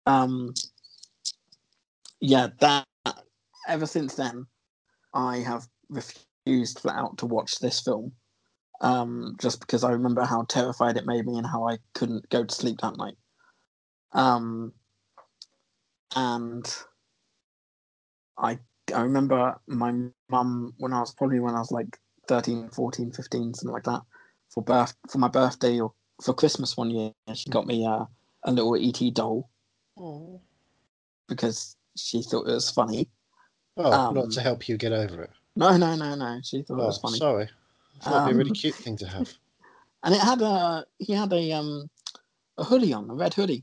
B: Um, yeah, that. Ever since then, I have refused flat out to watch this film, um, just because I remember how terrified it made me and how I couldn't go to sleep that night. Um, and I I remember my mum when I was probably when I was like 13, 14, 15, something like that, for birth for my birthday or for Christmas one year, she got me uh, a little ET doll
A: Oh,
B: because she thought it was funny.
A: not
B: Um,
A: to help you get over it.
B: No, no, no, no. She thought it
A: Oh,
B: was funny.
A: sorry. That would be a really
B: Um,
A: cute thing to have.
B: And it had a he had a um a hoodie on, a red hoodie,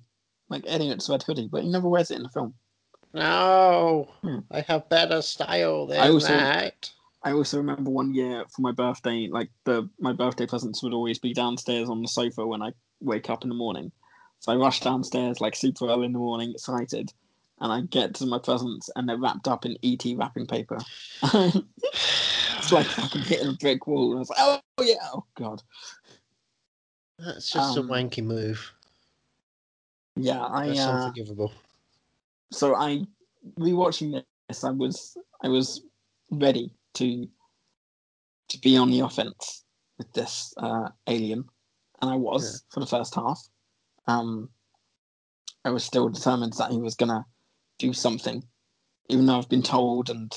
B: like Elliot's red hoodie, but he never wears it in the film.
A: No,
B: Hmm.
A: I have better style than
B: I also-
A: that.
B: I also remember one year for my birthday, like the my birthday presents would always be downstairs on the sofa when I wake up in the morning. So I rush downstairs like super early in the morning, excited, and I get to my presents and they're wrapped up in ET wrapping paper. it's like fucking hitting a brick wall. And I was like, oh yeah, oh god,
A: That's just
B: um,
A: a wanky move.
B: yeah. I
A: That's
B: uh,
A: unforgivable.
B: so I rewatching this, I was I was ready to to be on the offense with this uh, alien, and I was for the first half. Um, I was still determined that he was gonna do something, even though I've been told and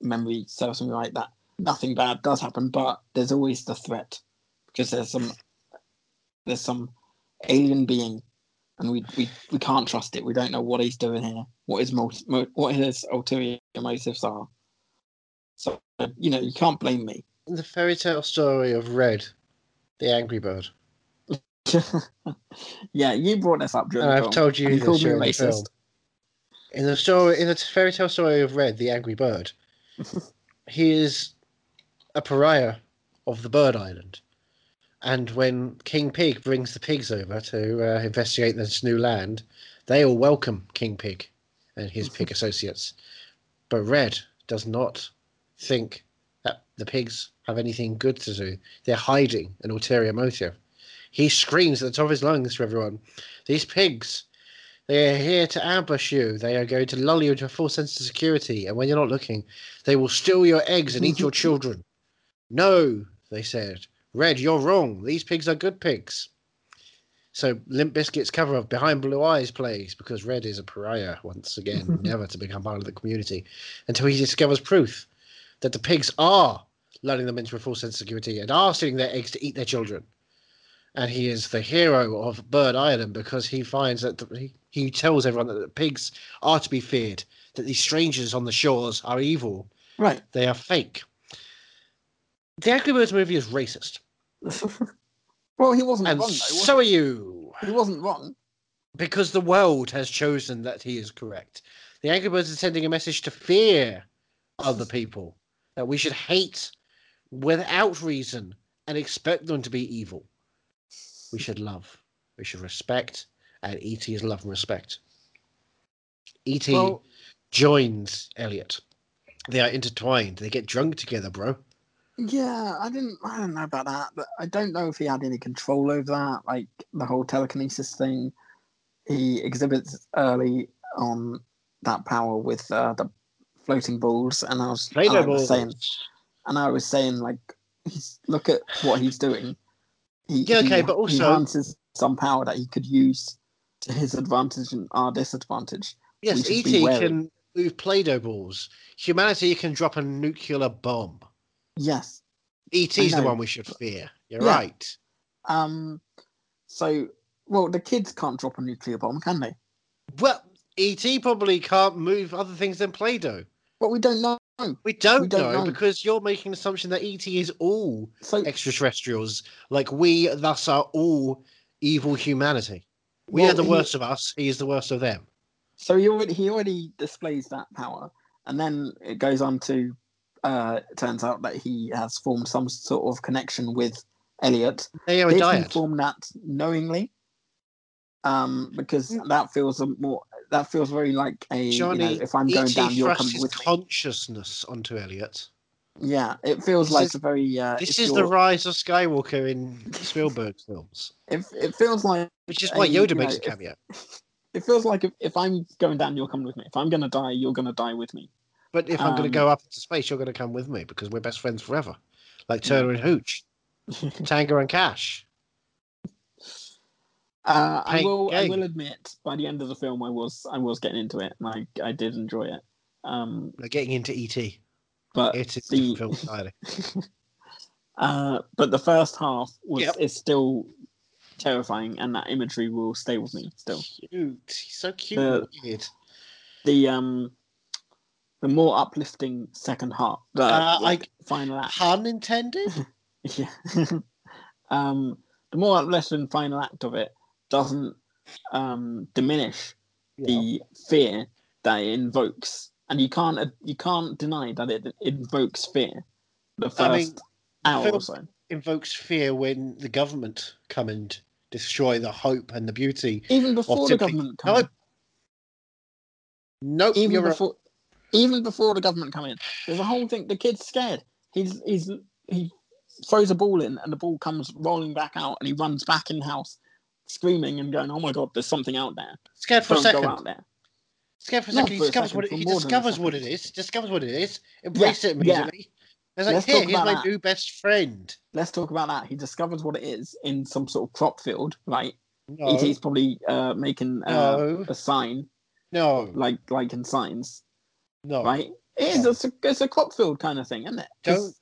B: memory serves me right that nothing bad does happen, but there's always the threat because there's some there's some alien being and we, we, we can't trust it. We don't know what he's doing here, what his multi, mo- what his ulterior motives are. So you know you can't blame me.
A: The fairy tale story of Red, the angry bird.
B: yeah, you brought this up during
A: And
B: the
A: I've
B: film,
A: told you
B: and you
A: this
B: called me
A: during the
B: racist.
A: film. In the story, in the fairy tale story of Red, the angry bird, he is a pariah of the Bird Island. And when King Pig brings the pigs over to uh, investigate this new land, they all welcome King Pig and his pig associates. But Red does not think that the pigs have anything good to do. They're hiding an ulterior motive. He screams at the top of his lungs to everyone These pigs, they are here to ambush you. They are going to lull you into a false sense of security. And when you're not looking, they will steal your eggs and eat your children. No, they said. Red, you're wrong. These pigs are good pigs. So Limp Bizkit's cover of Behind Blue Eyes plays because Red is a pariah once again, never to become part of the community until he discovers proof that the pigs are lulling them into a false sense of security and are stealing their eggs to eat their children. And he is the hero of Bird Island because he finds that the, he, he tells everyone that the pigs are to be feared, that these strangers on the shores are evil,
B: Right.
A: they are fake. The Angry Birds movie is racist,
B: well, he wasn't
A: and
B: wrong. Though, was
A: so are you,
B: he? he wasn't wrong.
A: because the world has chosen that he is correct. The Angry Birds is sending a message to fear other people that we should hate without reason and expect them to be evil. We should love, we should respect, and ET is love and respect. E ET
B: Well,
A: joins Elliot. They are intertwined. They get drunk together, bro.
B: Yeah, I didn't. I don't know about that, but I don't know if he had any control over that, like the whole telekinesis thing. He exhibits early on that power with uh, the floating balls, and I was, and I was saying, and I was saying, like, he's, look at what he's doing. He,
A: Yeah, okay,
B: he-
A: but
B: he
A: also-
B: harnesses some power that he could use to his advantage and our disadvantage.
A: Yes,
B: should
A: ET
B: be wary.
A: can move Play-Doh balls. Humanity can drop a nuclear bomb.
B: Yes,
A: ET's
B: I
A: E the
B: know.
A: one we should fear. You're
B: Yeah.
A: right.
B: Um, so, well, the kids can't drop a nuclear bomb, can they?
A: Well, ET probably can't move other things than Play-Doh.
B: But we don't know.
A: We don't,
B: We don't
A: know,
B: know.
A: because you're making an assumption that ET is all
B: So,
A: extraterrestrials. Like we, thus are all evil humanity. We are
B: well,
A: the
B: he-
A: worst of us. He is the worst of them.
B: So he already he already displays that power, and then it goes on to. Uh, it turns out that he has formed some sort of connection with Elliot.
A: They are a
B: Did he
A: diet.
B: form that knowingly? Um, because that feels a more that feels very like a you know,
A: Hmm. Johnny,
B: if I'm
A: ET
B: going down, you're
A: thrusts
B: coming
A: his
B: with me.
A: consciousness onto Elliot.
B: Yeah, it feels
A: This
B: like
A: is-
B: a very uh,
A: This
B: if
A: is the
B: you're-
A: rise of Skywalker in Spielberg's films,
B: it, it feels like
A: which is why
B: And, you
A: Yoda makes
B: know,
A: a
B: if-
A: cameo.
B: it feels like if, if I'm going down, you're coming with me. If I'm going to die, you're going to die with me.
A: But if I'm going
B: um,
A: to go up into space, you're going to come with me because we're best friends forever, like Turner and Hooch, Tango and Cash.
B: Uh, I
A: Hey,
B: will. I
A: hey.
B: will admit, by the end of the film, I was I was getting into it, and I I did enjoy it. Um,
A: Like getting into ET,
B: but
A: it is a
B: the-
A: different film entirely.
B: uh, but the first half was
A: Yep.
B: is still terrifying, and that imagery will stay with me still.
A: Cute, he's so cute.
B: The-
A: and weird.
B: The um, the more uplifting second half, the
A: Uh,
B: like, final act.
A: Pun intended.
B: Yeah. um, the more uplifting final act of it doesn't um, diminish the fear that it invokes, and you can't uh, you can't deny that it invokes fear. The first
A: I mean,
B: hour
A: film-
B: or so.
A: Invokes fear when the government come and destroy the hope and the beauty.
B: Even before the
A: typic-
B: government come
A: No,
B: in,
A: Nope,
B: even
A: you're right.
B: before even before the government come in, there's a whole thing. The kid's scared. He's he's he throws a ball in, and the ball comes rolling back out, and he runs back in the house, screaming and going, "Oh my god, there's something out there!
A: scared for a
B: Don't
A: second.
B: go out there."
A: Scared for a
B: Not
A: second. he
B: for a
A: discovers
B: second,
A: what it,
B: for
A: he
B: more than a
A: discovers
B: second.
A: what it is. Discovers what it is. Embrace it
B: yeah.
A: immediately. It's like
B: Let's
A: here,
B: talk
A: here's
B: about
A: my
B: that.
A: new best friend.
B: Let's talk about that. He discovers what it is in some sort of crop field, right?
A: No,
B: ET's probably uh, making uh,
A: no,
B: a sign,
A: no,
B: like like in signs,
A: no.
B: right? It is.
A: No.
B: It's a, it's a crop field kind of thing, isn't it?
A: Don't.
B: It's-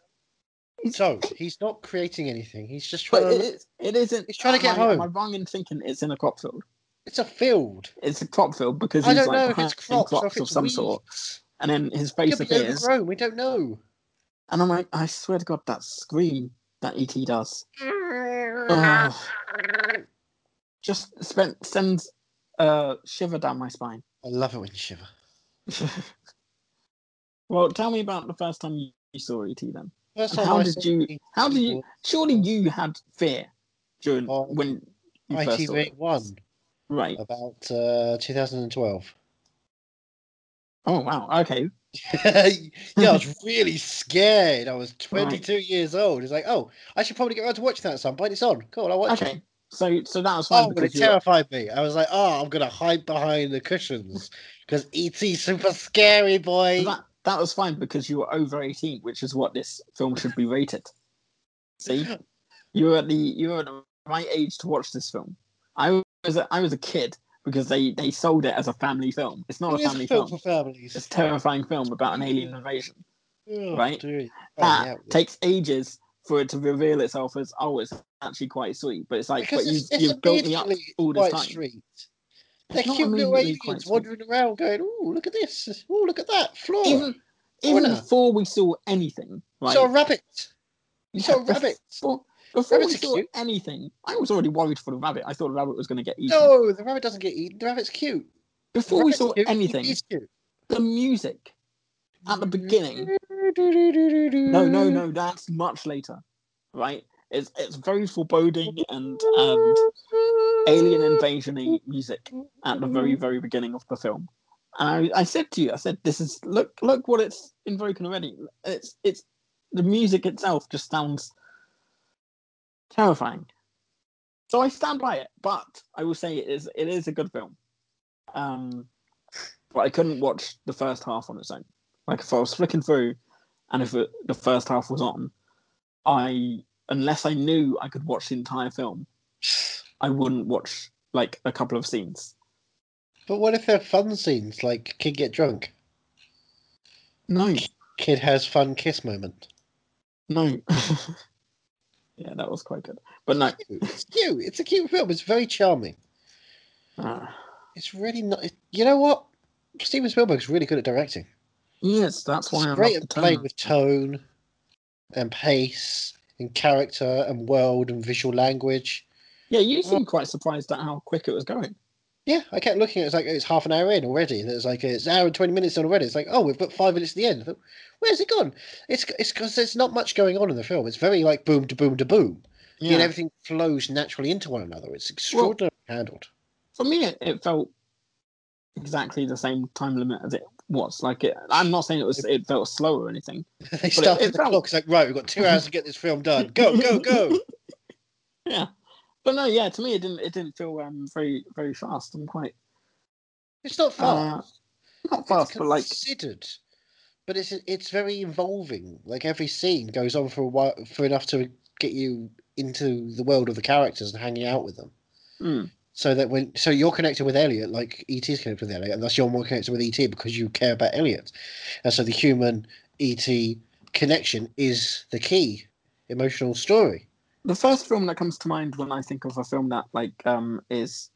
A: So he's not creating anything. He's just
B: But
A: trying.
B: it,
A: to,
B: is- it isn't.
A: He's trying to get
B: am I, Am
A: home.
B: I wrong in thinking it's in a crop field?
A: it's a field.
B: It's a crop field because
A: I
B: he's
A: don't
B: like
A: know if
B: behind
A: it's crops or if
B: of
A: it's
B: some
A: weeds.
B: sort, and then his
A: It
B: face
A: could be
B: appears,
A: overgrown. We don't know.
B: and I'm like, I swear to God, that scream that ET does. Ugh. just spent sends uh shiver down my spine.
A: I love it when you shiver.
B: Well, tell me about the first time you you saw ET then.
A: First
B: And how
A: I
B: did
A: saw
B: you-
A: ET
B: How do you? Surely you had fear during
A: Oh,
B: when you
A: was
B: first saw it,
A: ITV1
B: right?
A: about uh, 2012.
B: Oh wow, okay.
A: yeah, I was really scared. I was 22 years old. It's like, oh, I should probably get around to watching that at some point. It's on. Cool, I'll watch it.
B: Okay, so so that was fine
A: Oh, but it
B: because you're,
A: terrified me. I was like, oh, I'm going to hide behind the cushions because E.T.'s super scary, boy.
B: that that was fine because you were over eighteen, which is what this film should be rated. See, you were at the you were at the right age to watch this film. I was a, I was a kid because they they sold it as a family film. It's not
A: It
B: a
A: is
B: family
A: film
B: film.
A: for families.
B: It's a terrifying film about an alien invasion.
A: Oh,
B: right?
A: dear. Oh,
B: That
A: yeah.
B: takes ages for it to reveal itself as oh, it's actually quite sweet. But it's like,
A: Because
B: but you
A: it's, it's
B: you've built me up
A: immediately
B: all this
A: quite
B: time.
A: Street. They're
B: It's not
A: cute little
B: immediately
A: aliens
B: quite street.
A: wandering around going, oh, look at this. Oh, look at that. Flora.
B: Even even
A: Order.
B: before we saw anything, right?
A: Saw a rabbit.
B: Yeah,
A: saw a rabbit.
B: Before, before we
A: Rabbits are
B: saw
A: cute.
B: anything, I was already worried for the rabbit. I thought the rabbit was going to get eaten.
A: No, the rabbit doesn't get eaten. The rabbit's cute.
B: before we saw anything,
A: He's cute.
B: the music at the beginning No, no, no. That's much later, right? It's it's very foreboding and and alien invasion music at the very very beginning of the film. And I, I said to you, I said, "This is look look what it's invoking already. It's it's the music itself just sounds terrifying. So I stand by it, but I will say it is it is a good film. Um, but I couldn't watch the first half on its own. Like if I was flicking through, and if it, the first half was on, I unless I knew I could watch the entire film, I wouldn't watch like a couple of scenes.
A: But what if they're fun scenes, like kid get drunk,
B: No,
A: kid has fun kiss moment?
B: no. yeah, that was quite good. But no,
A: It's cute. It's a cute film. It's very charming.
B: uh,
A: It's really not. You know what? Steven Spielberg's really good at directing.
B: yes, that's why
A: He's
B: I
A: great
B: love the
A: at playing
B: tone.
A: with tone and pace and character and world and visual language.
B: Yeah, you seem quite surprised at how quick it was going.
A: Yeah, I kept looking. It was like it's half an hour in already, and it was like it's an hour and twenty minutes in already. It's like oh, we've got five minutes to the end. I thought, Where's it gone? It's it's because there's not much going on in the film. It's very like boom to boom to boom,
B: Yeah.
A: and everything flows naturally into one another. It's extraordinarily handled.
B: for me, it, it felt exactly the same time limit as it was. Like it, I'm not saying it was. It felt slow or anything.
A: They started
B: it
A: the
B: felt-
A: clock. It's like right, we've got two hours to get this film done. Go go go.
B: But no, yeah, to me, it didn't. It didn't feel um, very very fast. I'm quite
A: It's not fast.
B: uh, not fast, but like
A: considered. But it's it's very involving. Like every scene goes on for a while, for enough to get you into the world of the characters and hanging out with them.
B: mm,
A: So that when so you're connected with Elliot, like ET is connected with Elliot, and thus you're more connected with ET because you care about Elliot, and so the human ET connection is the key emotional story.
B: the first film that comes to mind when I think of a film that like um is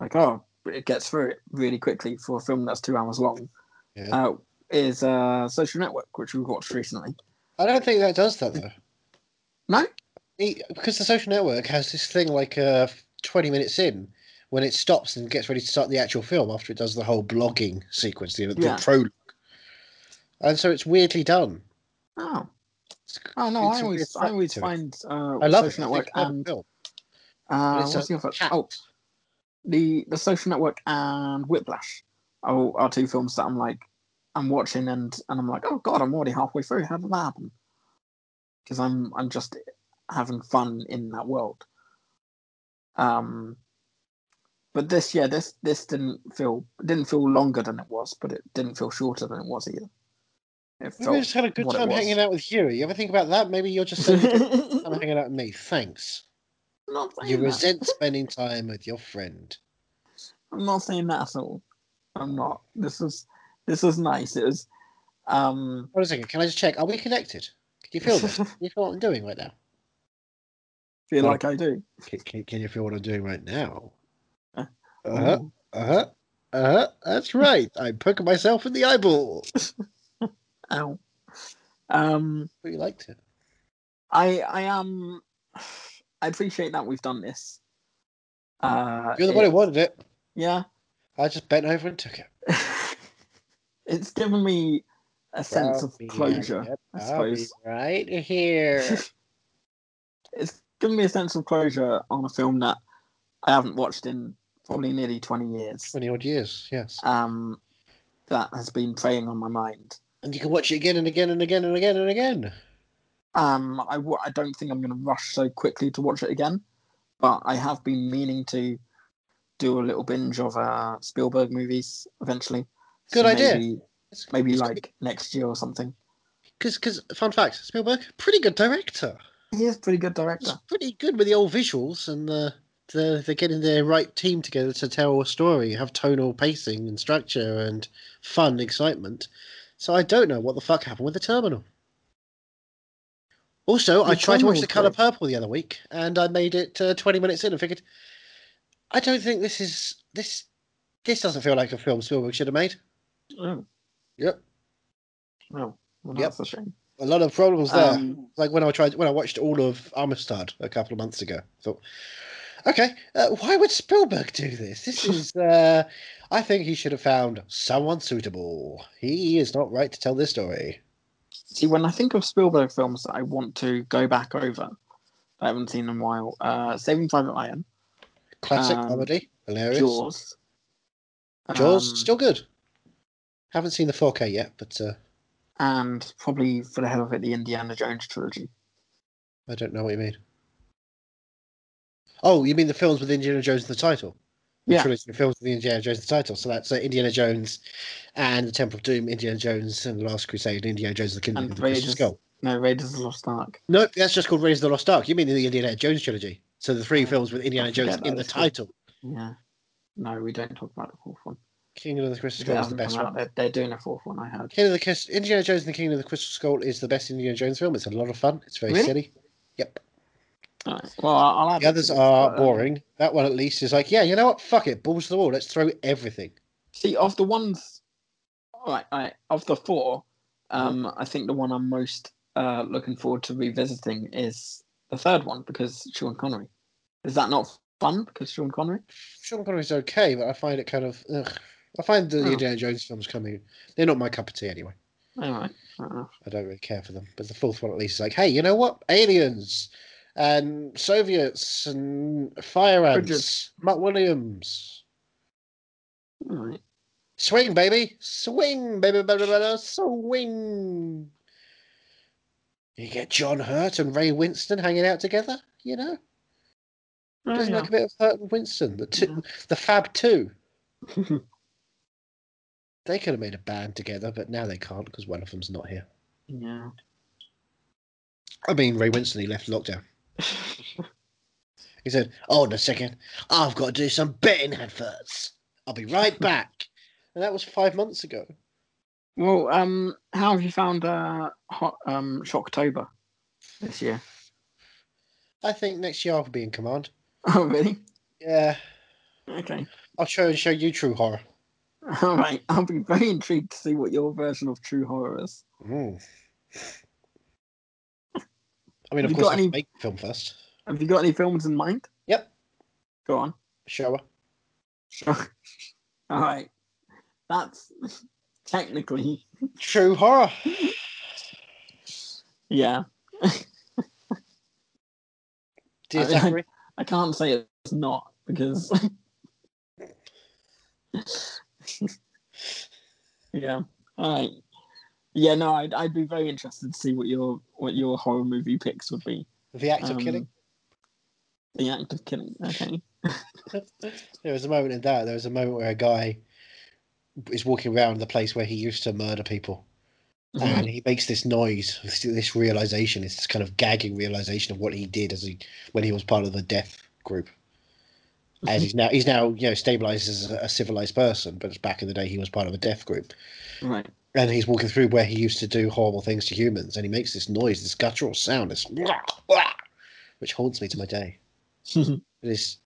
B: like oh it gets through it really quickly for a film that's two hours long.
A: Yeah.
B: Uh, is uh, Social Network, which we watched recently.
A: I don't think that does that though.
B: No,
A: It- because the social network has this thing like uh, 20 minutes in when it stops and gets ready to start the actual film after it does the whole blogging sequence the, the
B: Yeah.
A: prologue and so it's weirdly done
B: oh, oh no,
A: It's
B: I
A: a
B: always
A: weird
B: I always
A: factor.
B: find uh,
A: i love
B: Social
A: it. I
B: Network
A: think I love the
B: and
A: film.
B: Uh,
A: But it's
B: what's
A: a
B: the other?
A: cat.
B: Oh, the the Social Network and Whiplash are, are two films that I'm like I'm watching and and I'm like, oh god, I'm already halfway through. How did that happen? Because I'm I'm just having fun in that world. Um, but this yeah this this didn't feel didn't feel longer than it was, but it didn't feel shorter than it was either. It
A: Maybe i just had a good
B: oh, what it
A: time
B: was.
A: hanging out with you you ever think about that maybe you're just saying i'm hanging out with me thanks
B: I'm not saying
A: you
B: that.
A: resent spending time with your friend
B: I'm not saying that at all. I'm not. This was this was nice. It was um
A: hold on a second can i just check are we connected can you feel this can you feel what i'm doing right now
B: feel
A: Oh.
B: like I do.
A: can, can, can you feel what i'm doing right now
B: Huh?
A: uh-huh Uh huh. Uh huh. That's right. I'm poking myself in the eyeball.
B: Ow. Um
A: But you liked it.
B: I I am I appreciate that we've done this. Uh
A: You're the
B: it-
A: one who wanted it.
B: Yeah.
A: I just bent over and took it.
B: it's given me a sense of
A: I'll be
B: closure.
A: right-
B: I
A: I'll be
B: suppose.
A: right here.
B: It's given me a sense of closure on a film that I haven't watched in probably nearly twenty years.
A: Twenty odd years. Yes.
B: Um that has been preying on my mind.
A: And you can watch it again and again and again and again and again.
B: Um, I, w- I don't think I'm going to rush so quickly to watch it again, but I have been meaning to do a little binge of uh, Spielberg movies eventually.
A: Good idea.
B: Maybe, maybe like next year or something.
A: because because fun fact, Spielberg, pretty good director.
B: He is a pretty good
A: He's
B: director.
A: pretty good with the old visuals and the. The, they're getting their right team together to tell a story, have tonal pacing and structure and fun, excitement. So I don't know what the fuck happened with the terminal. Also, I
B: The
A: tried to watch
B: Terminal's
A: The Color
B: great.
A: Purple the other week, and I made it uh, twenty minutes in and figured, I don't think this is this this doesn't feel like a film Spielberg should have made.
B: Oh,
A: Yep,
B: well, well,
A: Yep.
B: that's a shame.
A: a lot of problems there.
B: Um,
A: like when I tried when I watched all of Amistad a couple of months ago. I thought, okay, uh, why would Spielberg do this? This is, uh, I think he should have found someone suitable. He is not right to tell this story.
B: see, when I think of Spielberg films that I want to go back over, I haven't seen in a while, uh, Saving Private Ryan,
A: Classic
B: Um,
A: comedy, hilarious. Jaws,
B: Jaws. um,
A: still good. Haven't seen the 4K yet, but uh,
B: and probably for the hell of it, the Indiana Jones trilogy.
A: I don't know what you mean. Oh, you mean the films with Indiana Jones in the title? The
B: Yeah.
A: trilogy of films with Indiana Jones in the title. So that's uh, Indiana Jones and the Temple of Doom, Indiana Jones and the Last Crusade, Indiana Jones and the Kingdom
B: And
A: of the Crystal
B: Raiders.
A: Skull.
B: No, Raiders of the Lost Ark.
A: No, that's just called Raiders of the Lost Ark. You mean the Indiana Jones trilogy? So the three films with Indiana
B: I forget
A: Jones
B: that,
A: in the
B: that's cool.
A: title.
B: Yeah. No, we don't talk about the fourth one.
A: Kingdom of the Crystal
B: It
A: Skull is the
B: hasn't
A: best
B: come out.
A: one.
B: They're, they're doing a fourth one, I heard.
A: Kingdom of the Crystal, Indiana Jones and the Kingdom of the Crystal Skull is the best Indiana Jones film. It's a lot of fun. It's very
B: Really?
A: silly. Yep.
B: Alright, Well, I'll I'll add
A: The
B: it
A: others
B: to this,
A: are
B: but, um,
A: boring. That one at least is like, yeah, you know what? Fuck it. Balls to the wall. Let's throw everything.
B: See, of the ones, all right, all right, of the four, um,
A: Mm-hmm.
B: I think the one I'm most uh, looking forward to revisiting is the third one because Sean Connery. Is that not fun because Sean Connery?
A: Sean Connery's okay, but I find it kind of. Ugh. I find the
B: Oh.
A: Indiana Jones films coming. They're not my cup of tea anyway.
B: All right, fair enough.
A: I don't really care for them. But the fourth one at least is like, hey, you know what? Aliens and Soviets and fire ants.
B: Bridges.
A: Mutt Williams.
B: All right.
A: Swing, baby. Swing, baby. baby, baby. Swing. You get John Hurt and Ray Winston hanging out together, you know?
B: Oh,
A: Doesn't
B: yeah.
A: like a bit of Hurt and Winston, the two, the Fab Two. They could have made a band together, but now they can't because one of them's not here.
B: yeah.
A: I mean, Ray Winston, he left lockdown. He said, Hold on a second. I've got to do some betting adverts. I'll be right back. and that was five months ago.
B: Well, um, how have you found uh, hot um Shocktober this year?
A: I think next year I'll be in command.
B: Oh, really?
A: Yeah.
B: Okay.
A: I'll try and show you true horror.
B: All right. I'll be very intrigued to see what your version of true horror is.
A: Mm. I mean, of
B: You
A: course,
B: got
A: I
B: any-
A: make film first.
B: Have you got any films in mind?
A: Yep.
B: Go on.
A: Shower.
B: Sure. All right. That's technically,
A: True horror.
B: yeah.
A: Dear
B: I-
A: Zachary.
B: I can't say it's not because. yeah. All right. Yeah. No, I'd, I'd be very interested to see what your what your horror movie picks would be.
A: The
B: Um,
A: act of killing.
B: The act of killing. Okay.
A: There was a moment in that. There was a moment where a guy is walking around the place where he used to murder people. And he makes this noise, this- this realization, this kind of gagging realization of what he did as he when he was part of the death group. As he's now, he's now you know stabilized as a, a civilized person, but back in the day he was part of a death group.
B: Right.
A: and he's walking through where he used to do horrible things to humans, and he makes this noise, this guttural sound, this which haunts me to my day. It is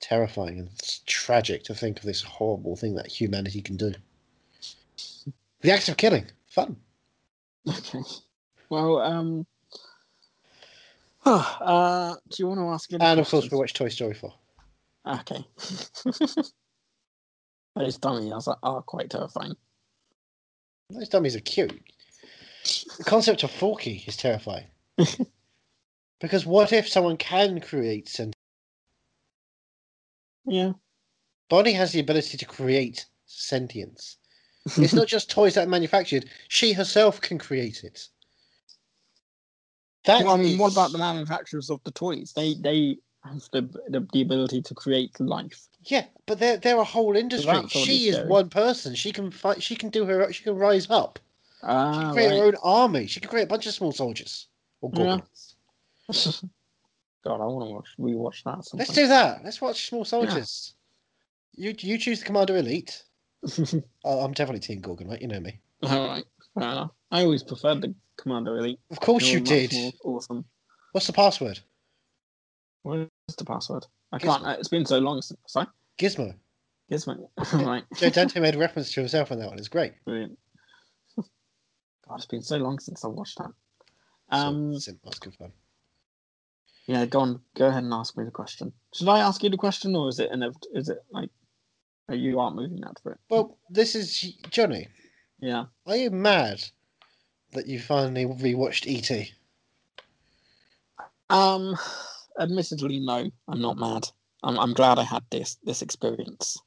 A: terrifying and it's tragic to think of this horrible thing that humanity can do. The act of killing, fun.
B: okay. Well. Um. uh, do you want to ask? any
A: And of course,
B: questions?
A: we watch Toy Story 4.
B: Okay. Those dummy elves are, are "Ah, quite terrifying.
A: Those dummies are cute. The concept of Forky is terrifying. because what if someone can create sentient?
B: Yeah.
A: Bonnie has the ability to create sentience. It's not just toys that are manufactured, she herself can create it. That
B: Well, I mean, what
A: is-
B: about the manufacturers of the toys? They they have the the, the ability to create life.
A: Yeah, but they're they're a whole industry.
B: That's already
A: She is
B: scary.
A: one person. She can fight she can do her she can rise up. She
B: Ah,
A: can create her own
B: right.
A: army. She can create a bunch of small soldiers. Or
B: Yeah.
A: goblins.
B: God, I want to watch rewatch that.
A: Let's
B: Sometime.
A: do that. Let's watch small soldiers. You you choose the commander elite. Oh, I'm definitely Team Gorgon, right? You know me.
B: All right, fair enough. I always preferred the Commander Elite.
A: Of course
B: They
A: you
B: were much
A: did.
B: more Awesome.
A: What's the password?
B: Where's the password? I can't. uh, It's been so long since. Sorry.
A: Gizmo.
B: Yes, mate. All right.
A: Joe Dante made a reference to himself on that one. It's great.
B: Brilliant. God, it's been so long since I watched that.
A: So,
B: Um,
A: sim- that's good fun.
B: Yeah, go on. Go ahead and ask me the question. Should I ask you the question, or is it an, is it like uh, you aren't moving that for it?
A: Well, this is Johnny.
B: Yeah.
A: Are you mad that you finally rewatched E ET?
B: Um. Admittedly, no, I'm not mad. I'm I'm glad I had this this experience.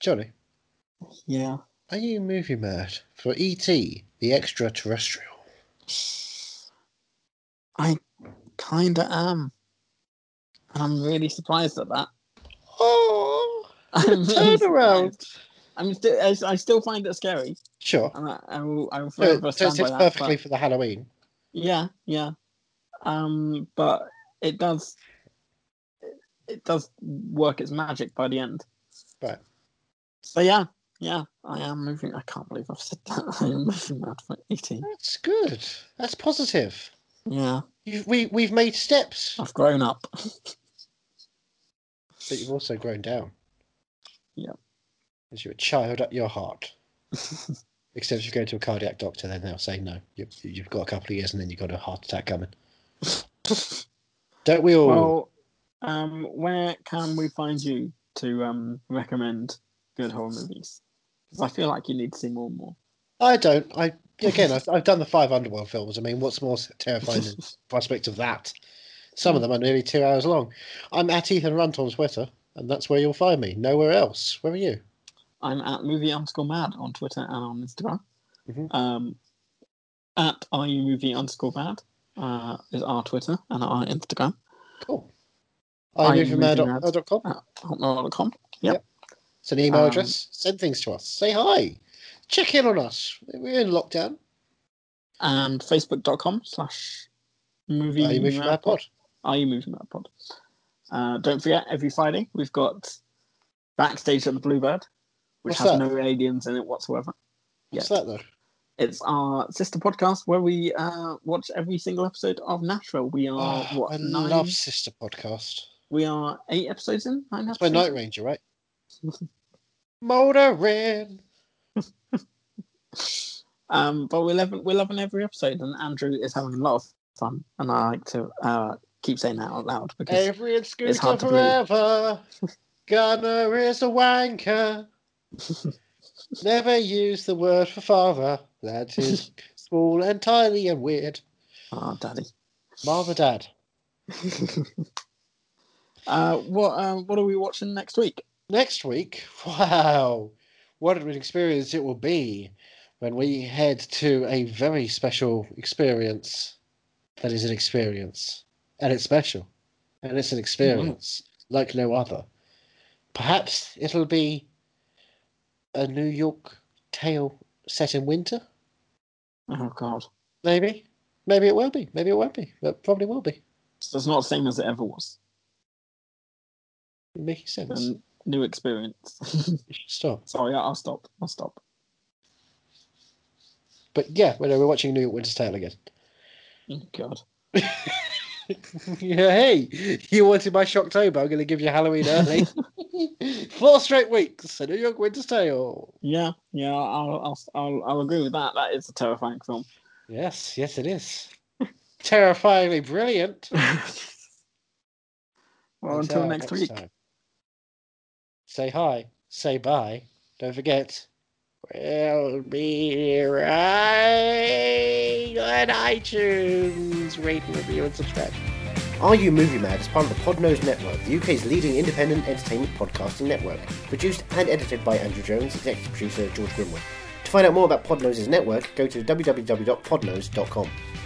A: Johnny,
B: Yeah.
A: Are you movie mad for E.T. the extraterrestrial?
B: I kinda am. And I'm really surprised at that.
A: Oh,
B: I'm really
A: turnaround.
B: surprised. I'm still, I, I still find it scary.
A: Sure.
B: And I, I will, I will
A: No,
B: forever
A: it
B: stand
A: fits
B: by
A: it's
B: that.
A: perfectly
B: but-
A: for the Halloween.
B: yeah, yeah. Um, but it does, it, it does work its magic by the end.
A: Right.
B: So yeah, yeah. I am moving. I can't believe I've said that. I am moving mad for ET.
A: That's good. That's positive.
B: Yeah,
A: You've, we we've made steps,
B: I've grown up.
A: but you've also grown down.
B: Yeah.
A: As you're a child at your heart. Except if you go to a cardiac doctor, then they'll say no. You've, you've got a couple of years, and then you've got a heart attack coming. Don't we all?
B: Well, um, where can we find you to um recommend good horror movies? Because I feel like you need to see more and more.
A: I don't. I again, I've, I've done the five Underworld films. I mean, what's more terrifying than the prospect of that? Some
B: Hmm.
A: of them are nearly two hours long. I'm at Ethan Runt on Twitter, and that's where you'll find me. Nowhere else. Where are you?
B: I'm at movie underscore mad on Twitter and on Instagram.
A: Mhm.
B: Um, at are you movie underscore mad uh, is our Twitter and our Instagram
A: Cool.
B: I'm
A: I'm
B: moving out.
A: newfieldman.com.
B: at hotmail.com.
A: It's an email
B: Um,
A: address. Send things to us. Say hi. Check in on us. We're in lockdown.
B: and facebook.com slash movie
A: Are you moving
B: mad
A: mad pod?
B: Are you moving mad pod? Uh, don't forget, every Friday we've got Backstage at the Bluebird, which
A: What's that?
B: has no aliens in it whatsoever.
A: What's
B: Yeah.
A: that though?
B: It's our sister podcast where we uh, watch every single episode of Nashville. We are
A: Oh,
B: what
A: I
B: nine?
A: love Sister Podcast.
B: We are eight episodes in. Nine
A: That's my
B: episodes.
A: Night Ranger, right? Motorin.
B: Um, but we're loving we're loving every episode, and Andrew is having a lot of fun, and I like to uh, keep saying that out loud because
A: Avery and Scooter
B: it's hard to believe.
A: forever. Gunner is a wanker. Never use the word for father. That is small, entirely and weird.
B: oh, daddy.
A: Martha Dad.
B: uh, what um, what are we watching next week?
A: Next week, wow, what an experience it will be when we head to a very special experience that is an experience. And it's special. And it's an experience like no other. Perhaps it'll be a New York tale set in winter?
B: Oh God,
A: Maybe. Maybe it will be. Maybe it won't be. It probably will be.
B: so it's not the same as it ever was.
A: Making sense.
B: A new experience.
A: You should stop.
B: Sorry, I'll stop. I'll stop.
A: But yeah, we're we're watching New York Winter's Tale again.
B: Oh, God,
A: Yeah, hey, you wanted my Shocktober. I'm going to give you Halloween early. Four straight weeks. A New York Winter's Tale.
B: yeah, yeah, I'll I'll I'll, I'll agree with that. That is a terrifying film.
A: Yes, yes, it is. Terrifyingly brilliant.
B: well,
A: It's
B: until
A: out
B: next week.
A: time. Say hi. Say bye. Don't forget. We'll be right on iTunes. Rate, review, and subscribe. Are You Movie Mad is part of the Podnose Network, the UK's leading independent entertainment podcasting network. Produced and edited by Andrew Jones, executive producer George Grimwood. To find out more about Podnose's network, go to www.podnose.com.